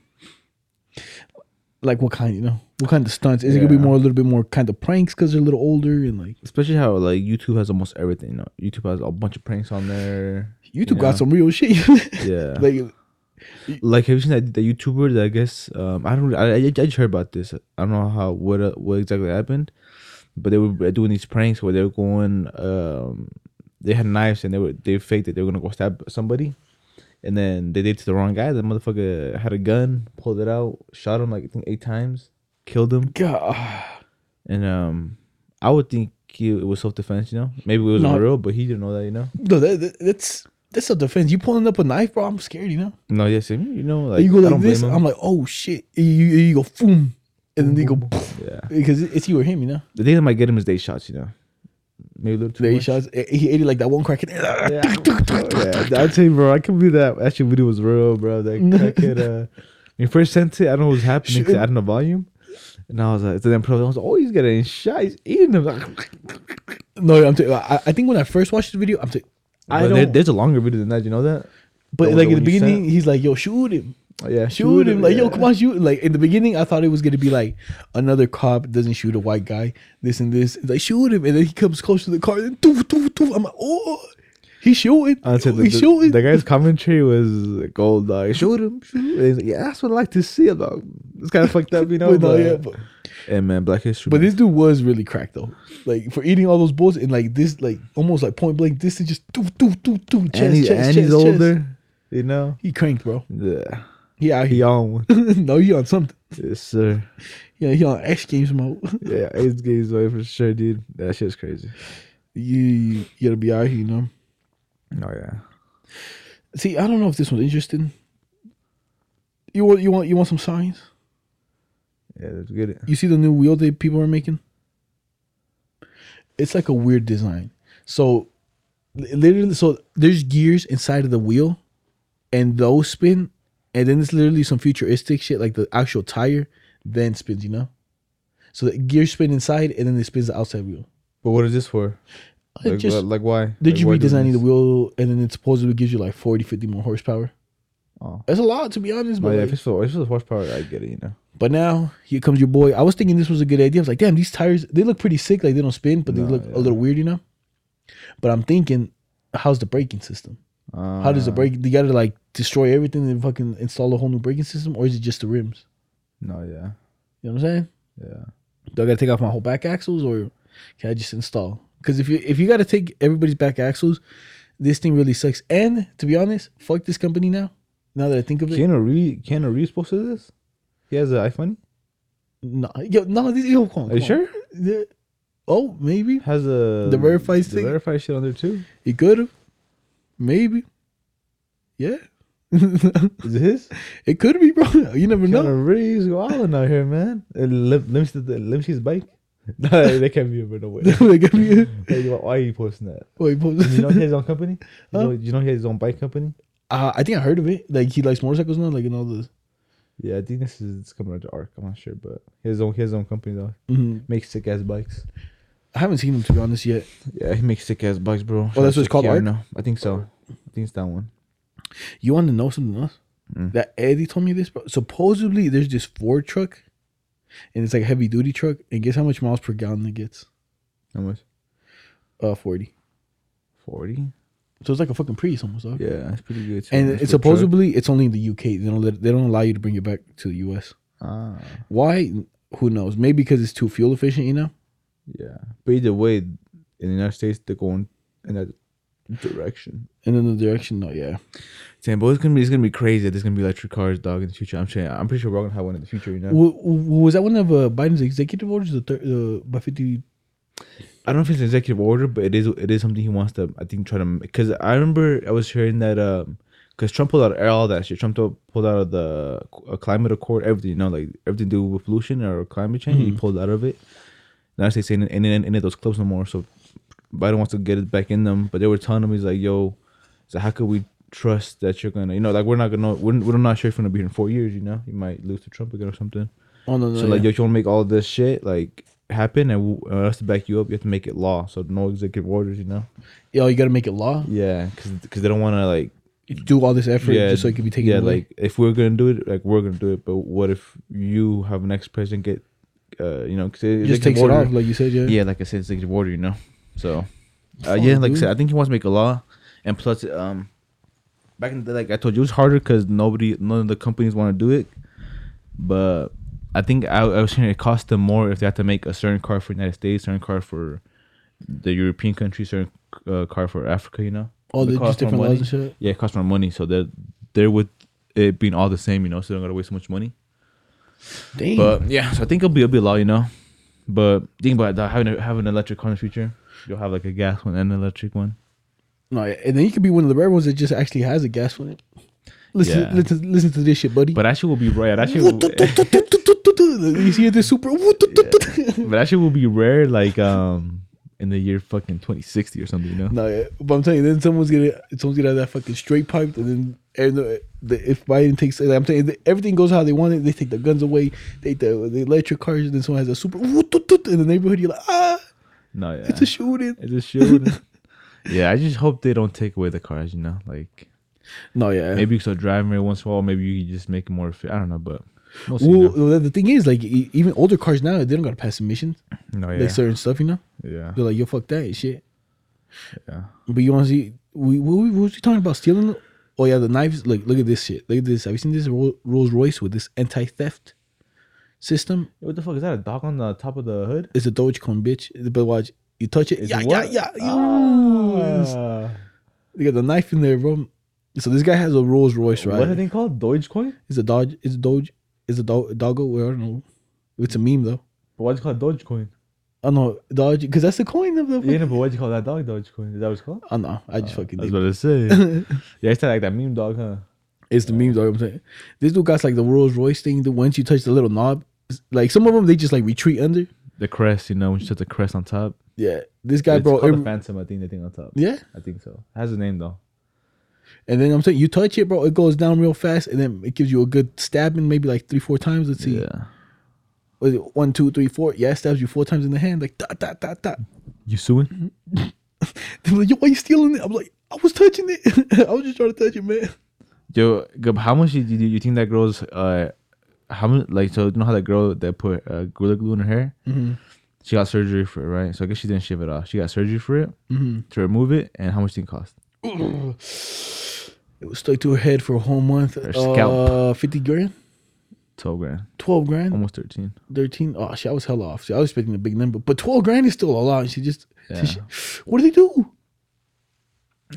like what kind, you know, what kind of stunts? Is it gonna be Yeah. more a little bit more kind of pranks because they're a little older and like Especially how like YouTube has almost everything. You know, YouTube has a bunch of pranks on there. YouTube Yeah. got some real shit. Yeah. like like have you seen that the YouTuber that I guess um I don't I, I, I just heard about this I don't know how what uh, what exactly happened, but they were doing these pranks where they were going um they had knives and they were they faked that they were gonna go stab somebody, and then they did it to the wrong guy. The motherfucker had a gun, pulled it out, shot him like I think eight times, killed him, God, and um I would think he, it was self defense, you know, maybe it was No. real, but he didn't know that, you know. no, that, that- that's that's a defense. You pulling up a knife, bro? I'm scared, you know. No, yes, you know, like you go I like don't blame this, him. I'm like, oh shit. You, you you go boom, and then they go yeah. because it's you or him, you know. The thing that might get him is day shots, you know. Maybe a little too They much. shots. He ate it like that one crack. Yeah. yeah, I'll tell you, bro. I can be that. Actually, video was real, bro. That crackhead. Uh, when you first sent it, I don't know what was happening. 'cause I didn't know volume, and I was like, so then probably I was like, oh, he's getting shot. He's eating him. No, I'm. T- I, I think when I first watched the video, I'm. T- I am But I there- do not there's a longer video than that. You know that? but the one like that in the when you beginning, he's like, "Yo, shoot him," yeah, Oh, shoot him. Like, yo, come on, shoot. Like, in the beginning, I thought it was going to be like another cop doesn't shoot a white guy, this and this. Like, shoot him. And then he comes close to the car. Then, doof, doof, doof. I'm like, oh, he's shooting. I said Oh, the, he's the, shooting. the guy's commentary was gold. Dog. Shoot him, shoot. him. He's like, yeah, that's what I like to see. About it's kind of fucked up, you know. But no, but- yeah, but, Hey man, Black History. but Month. this dude was really cracked though. Like for eating all those bullets and like this, like almost like point blank distance, just doof, doof, doof, doof, chest, and, he, chest, and chest, he's chest. older, you know. He cranked, bro. Yeah, He out he here. on one. no, he on something. yes, sir. Yeah, he on X Games mode. Yeah, it's games away for sure, dude. That shit's crazy. you, you gotta be out here, you know. Oh yeah. See, I don't know if this one's interesting. You want you want you want some science? Yeah, let's get it. You see the new wheel that people are making? It's like a weird design. So li- literally so there's gears inside of the wheel and those spin and then it's literally some futuristic shit like the actual tire then spins, you know? So the gears spin inside and then it spins the outside wheel. But what is this for? It Like, just- wha- like why? Did Like, you why doing redesigning the this? wheel and then it supposedly gives you like 40, 50 more horsepower? Oh. That's a lot to be honest, No, but Oh, yeah, like- if it's for if it's for horsepower, I get it. You know. But now here comes your boy. I was thinking this was a good idea. I was like, damn, these tires they look pretty sick. Like they don't spin, but they No, look yeah. a little weird, you know. But I'm thinking, how's the braking system? Uh, How does the brake? You gotta like destroy everything and fucking install a whole new braking system, or is it just the rims? No, yeah, You know what I'm saying? yeah. Do I gotta take off my whole back axles, or can I just install? Because if you if you gotta take everybody's back axles, this thing really sucks. And to be honest, fuck this company now. Now that I think of it, Keanu Reeves, Keanu Reeves posted this. He has an iPhone. no, yo, no, this, yo, come on, Are you come on. sure? Yeah. Oh, maybe. Has a The verified the thing? verified shit on there too. He could have. Maybe. Yeah. Is it his? it could be, bro. You never know. Keanu Reeves wilding out here, man. Uh, Let, let me see the, let me see his bike. no, that can't be over no way. Like, I mean, Hey, why why are you posting that? wait, bro. You know he has his own company. You Huh? know, you know he has his own bike company. uh, I think I heard of it. Like he likes motorcycles now, like and all this. Yeah, I think this is it's coming out the arc. I'm not sure, but he has his own he has his own company though. hmm Makes sick ass bikes. I haven't seen him to be honest yet. Yeah, he makes sick ass bikes, bro. Oh, that's what it's called, I Arc? know. I think so. I think it's that one. You want to know something else? Mm. That Eddie told me this, bro. Supposedly there's this Ford truck, and it's like a heavy duty truck. And guess how much miles per gallon it gets? How much? Uh, forty. Forty. So it's like a fucking Prius almost. Dog. Yeah, it's pretty good. too. And That's it's for truck. supposedly it's only in the UK. They don't let, they don't allow you to bring it back to the US. Ah, Why? Who knows? Maybe because it's too fuel efficient, you know? yeah. But either way, in the United States, they're going in that direction. And then the direction, no, yeah. Damn, but it's gonna be it's gonna be crazy. There's gonna be electric cars, dog, in the future. I'm saying, I'm pretty sure we're gonna have one in the future. You know, W- w- was that one of uh, Biden's executive orders? The thir- uh, by fifty. I don't know if it's an executive order, but it is it is something he wants to. I think try to because I remember I was hearing that um because Trump pulled out of all that shit. Trump to- pulled out of the uh, climate accord, everything you know, like everything to do with pollution or climate change. He pulled out of it. Now they saying in in any of those clubs no more. So Biden wants to get it back in them, but they were telling him he's like, yo, so how could we trust that you're gonna, you know, like we're not gonna, we're, we're not sure if we're gonna be here in four years. You know, you might lose to Trump again or something. Oh no, no, So yeah. like, yo, if you want to make all this shit like happen, and w- uh, us to back you up, you have to make it law. So no executive orders, you know. Yo, you got to make it law. Yeah, because they don't want to like Do all this effort yeah just so it can be taken. Yeah, away. like if we're gonna do it, like we're gonna do it. But what if you have an ex president get, uh, you know, 'cause just executive takes order- it off, like you said. Yeah. Yeah, like I said, executive order, you know. So, uh, yeah, Fuck, like I said, dude. I think he wants to make a law, and plus, um, back in the like I told you, it was harder because nobody, none of the companies want to do it. But I think I, I was hearing it cost them more if they had to make a certain car for the United States, certain car for the European countries, certain uh, car for Africa. You know, Oh, It they're costs just more different money. laws and shit. Yeah, it costs more money, so they're they're with it being all the same. You know, so they don't gotta waste so much money. Damn. But yeah, so I think it'll be it'll be a law, you know. But think about that having a, having an electric car in the future. You'll have like a gas one and an electric one. no, yeah. and then you could be one of the rare ones that just actually has a gas on it. Listen, Yeah. listen, listen to this shit, buddy. But actually, will be rare. Actually, will, but you see this super. actually, will be rare. Like um, in the year fucking twenty sixty or something, you know. No, yeah. but I'm telling you, then someone's gonna someone's gonna have that fucking straight piped, and then and the, the, if Biden takes, and I'm telling you, everything goes how they want it. They take the guns away, they take the, the electric cars, and then someone has a super woo, toot, toot, in the neighborhood. You're like, ah, No, yeah. it's a shooting. It's a shooting. yeah, I just hope they don't take away the cars, you know. Like No, yeah. Maybe you can start driving every once in a while. Maybe you can just make it more fit. I don't know, but we'll see. Well, now. well, the thing is, like, e- even older cars now, they don't gotta pass emissions, no, yeah, like certain stuff, you know. yeah, They're like, yo, fuck that shit. yeah. But you want to see? We what, we- what was we talking about stealing? Oh yeah, the knives. Look, look at this shit. Look at this. Have you seen this Ro- Rolls Royce with this anti theft system? What the fuck is that? A dog on the top of the hood? It's a Dogecoin, bitch. But watch, you touch it. It's yeah, what? Ah. yeah, yeah, yeah. They got the knife in there, bro. So this guy has a Rolls Royce, right? What's that thing called? Dogecoin? It's a Dodge. It's a Doge. It's a do- doggo. Well, I don't know. It's a meme though. But why'd you call it Dogecoin? I don't know Dodge because that's the coin of the. Yeah, no, but why'd you call that dog Dogecoin? Is that what it's called? Oh no, I just fucking. I was did. about to say. yeah, it's not like that meme dog, huh? It's the meme dog. I'm saying this dude got like the Rolls Royce thing. The once you touch the little knob, it's- like some of them they just like retreat under. The crest, you know, when you put the crest on top. Yeah, this guy, it's bro. called every- the Phantom, I think, the thing on top. yeah, I think so. It has a name though. and then I'm saying you touch it, bro. It goes down real fast, and then it gives you a good stabbing, maybe like three, four times. Let's see, Was it one, two, three, four. Yeah, it stabs you four times in the hand, like dot, dot, dot, dot. You suing? They're like, yo, why you stealing it? I'm like, I was touching it. I was just trying to touch it, man. Yo, Gab, how much did you, do you think that girl's uh how much like so you know how that girl that put uh, gorilla glue in her hair? She got surgery for it, right? So I guess she didn't shave it off. She got surgery for it to remove it, and how much did it cost? It was stuck to her head for a whole month. Her Uh, scalp. fifty grand, Twelve grand, twelve grand. almost thirteen. 13 oh shit, i was hella off See, i was expecting a big number but 12 grand is still a lot she just Yeah. she- what did they do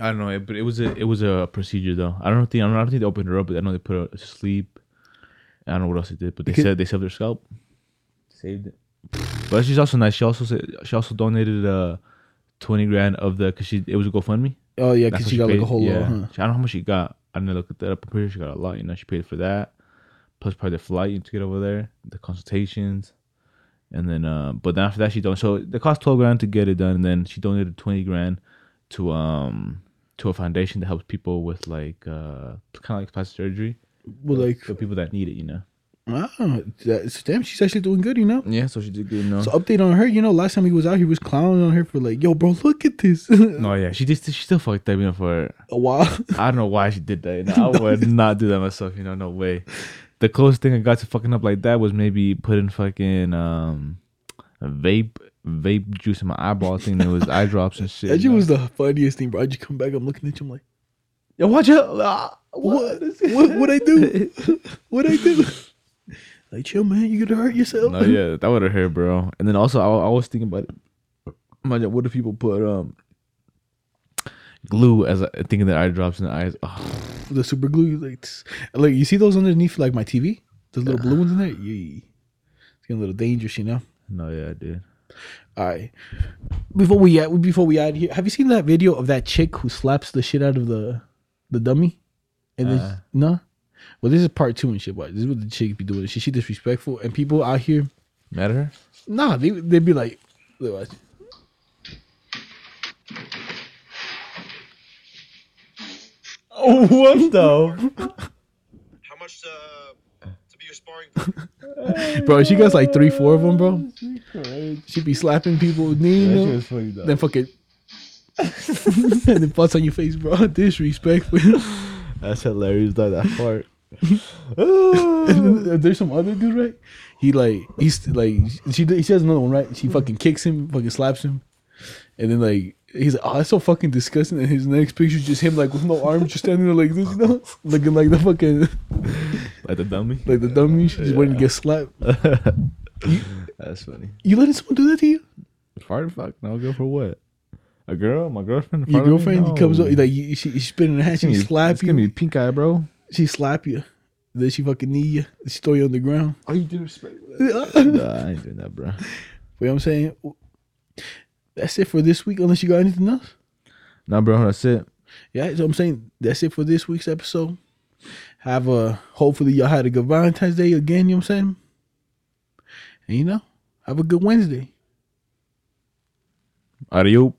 I don't know, it- but it was a it was a procedure though. I don't think I don't, I don't think they opened her up, but I know they put her to sleep. I don't know what else they did, but they Because- said they saved her scalp. Saved it. But she's also nice. She also said, she also donated uh twenty grand of the because she it was a GoFundMe. oh yeah That's because what she got like a paid- whole lot yeah. huh? She- I don't know how much she got. I didn't look at that up. I'm pretty sure she got a lot. You know, she paid for that, plus probably the flight to get over there, the consultations, and then. Uh, but then after that, she donated. So it cost twelve grand to get it done, and then she donated twenty grand to um to a foundation that helps people with like uh kind of like plastic surgery, well like for people that need it. You know. ah, that's, damn she's actually doing good you know Yeah, so she did good. You know. so update on her you know last time he was out he was clowning on her for like yo bro look at this no, yeah, she just she still fucked up, you know, for a while I don't know why she did that. You know, I would not do that myself. You know, no way. The closest thing I got to fucking up like that was maybe putting fucking um vape vape juice in my eyeball thing. It was eye drops and shit. that shit you know? was the funniest thing bro i just come back i'm looking at you i'm like Yo, watch out! Ah, what what would i do what i do like chill man you gonna hurt yourself no, yeah, that would have hurt, bro. And then also, I, I was thinking about it. Imagine what if people put um glue as a, thinking that eye drops in the eyes. Oh, the super glue like tss. like you see those underneath like my TV, those little blue ones in there. Yeah, it's getting a little dangerous, you know. no, yeah, dude. All right, before we out- before we out here, have you seen that video of that chick who slaps the shit out of the the dummy? And then Uh. no, well this is part two and shit. But this is what the chick be doing. She she disrespectful and people out here. Mad at her? Nah, they they'd be like, look, watch. Oh, what the? How much to, to be your sparring partner? bro. She got like three, four of them, bro. She be slapping people with knees. That shit was funny though. Then fucking and then butts on your face, bro. Disrespectful. That's hilarious. That that part. uh, There's some other dude, right? He like he's like she she has another one, right? Mm-hmm. She fucking kicks him, fucking slaps him, and then like he's like, oh, that's so fucking disgusting. And his next picture is just him like with no arms, just standing there like this, you know, looking like the fucking like the dummy. like the dummy. She just waiting to get slapped. That's funny. You letting someone do that to you? Fart fuck. No go for what? A girl, my girlfriend. in Your front of me? girlfriend No. comes up like you, she she's spinning her hand, she It's gonna be- slap it's gonna be you, pink eye, bro. she slap you, then she fucking knee you, she throw you on the ground. Are you doing respect? nah, I ain't doing that, bro. You know what I'm saying? That's it for this week, unless you got anything else. Nah, bro. That's it. Yeah, so I'm saying that's it for this week's episode. Have a hopefully y'all had a good Valentine's Day again, you know what I'm saying? And you know, have a good Wednesday. Adios.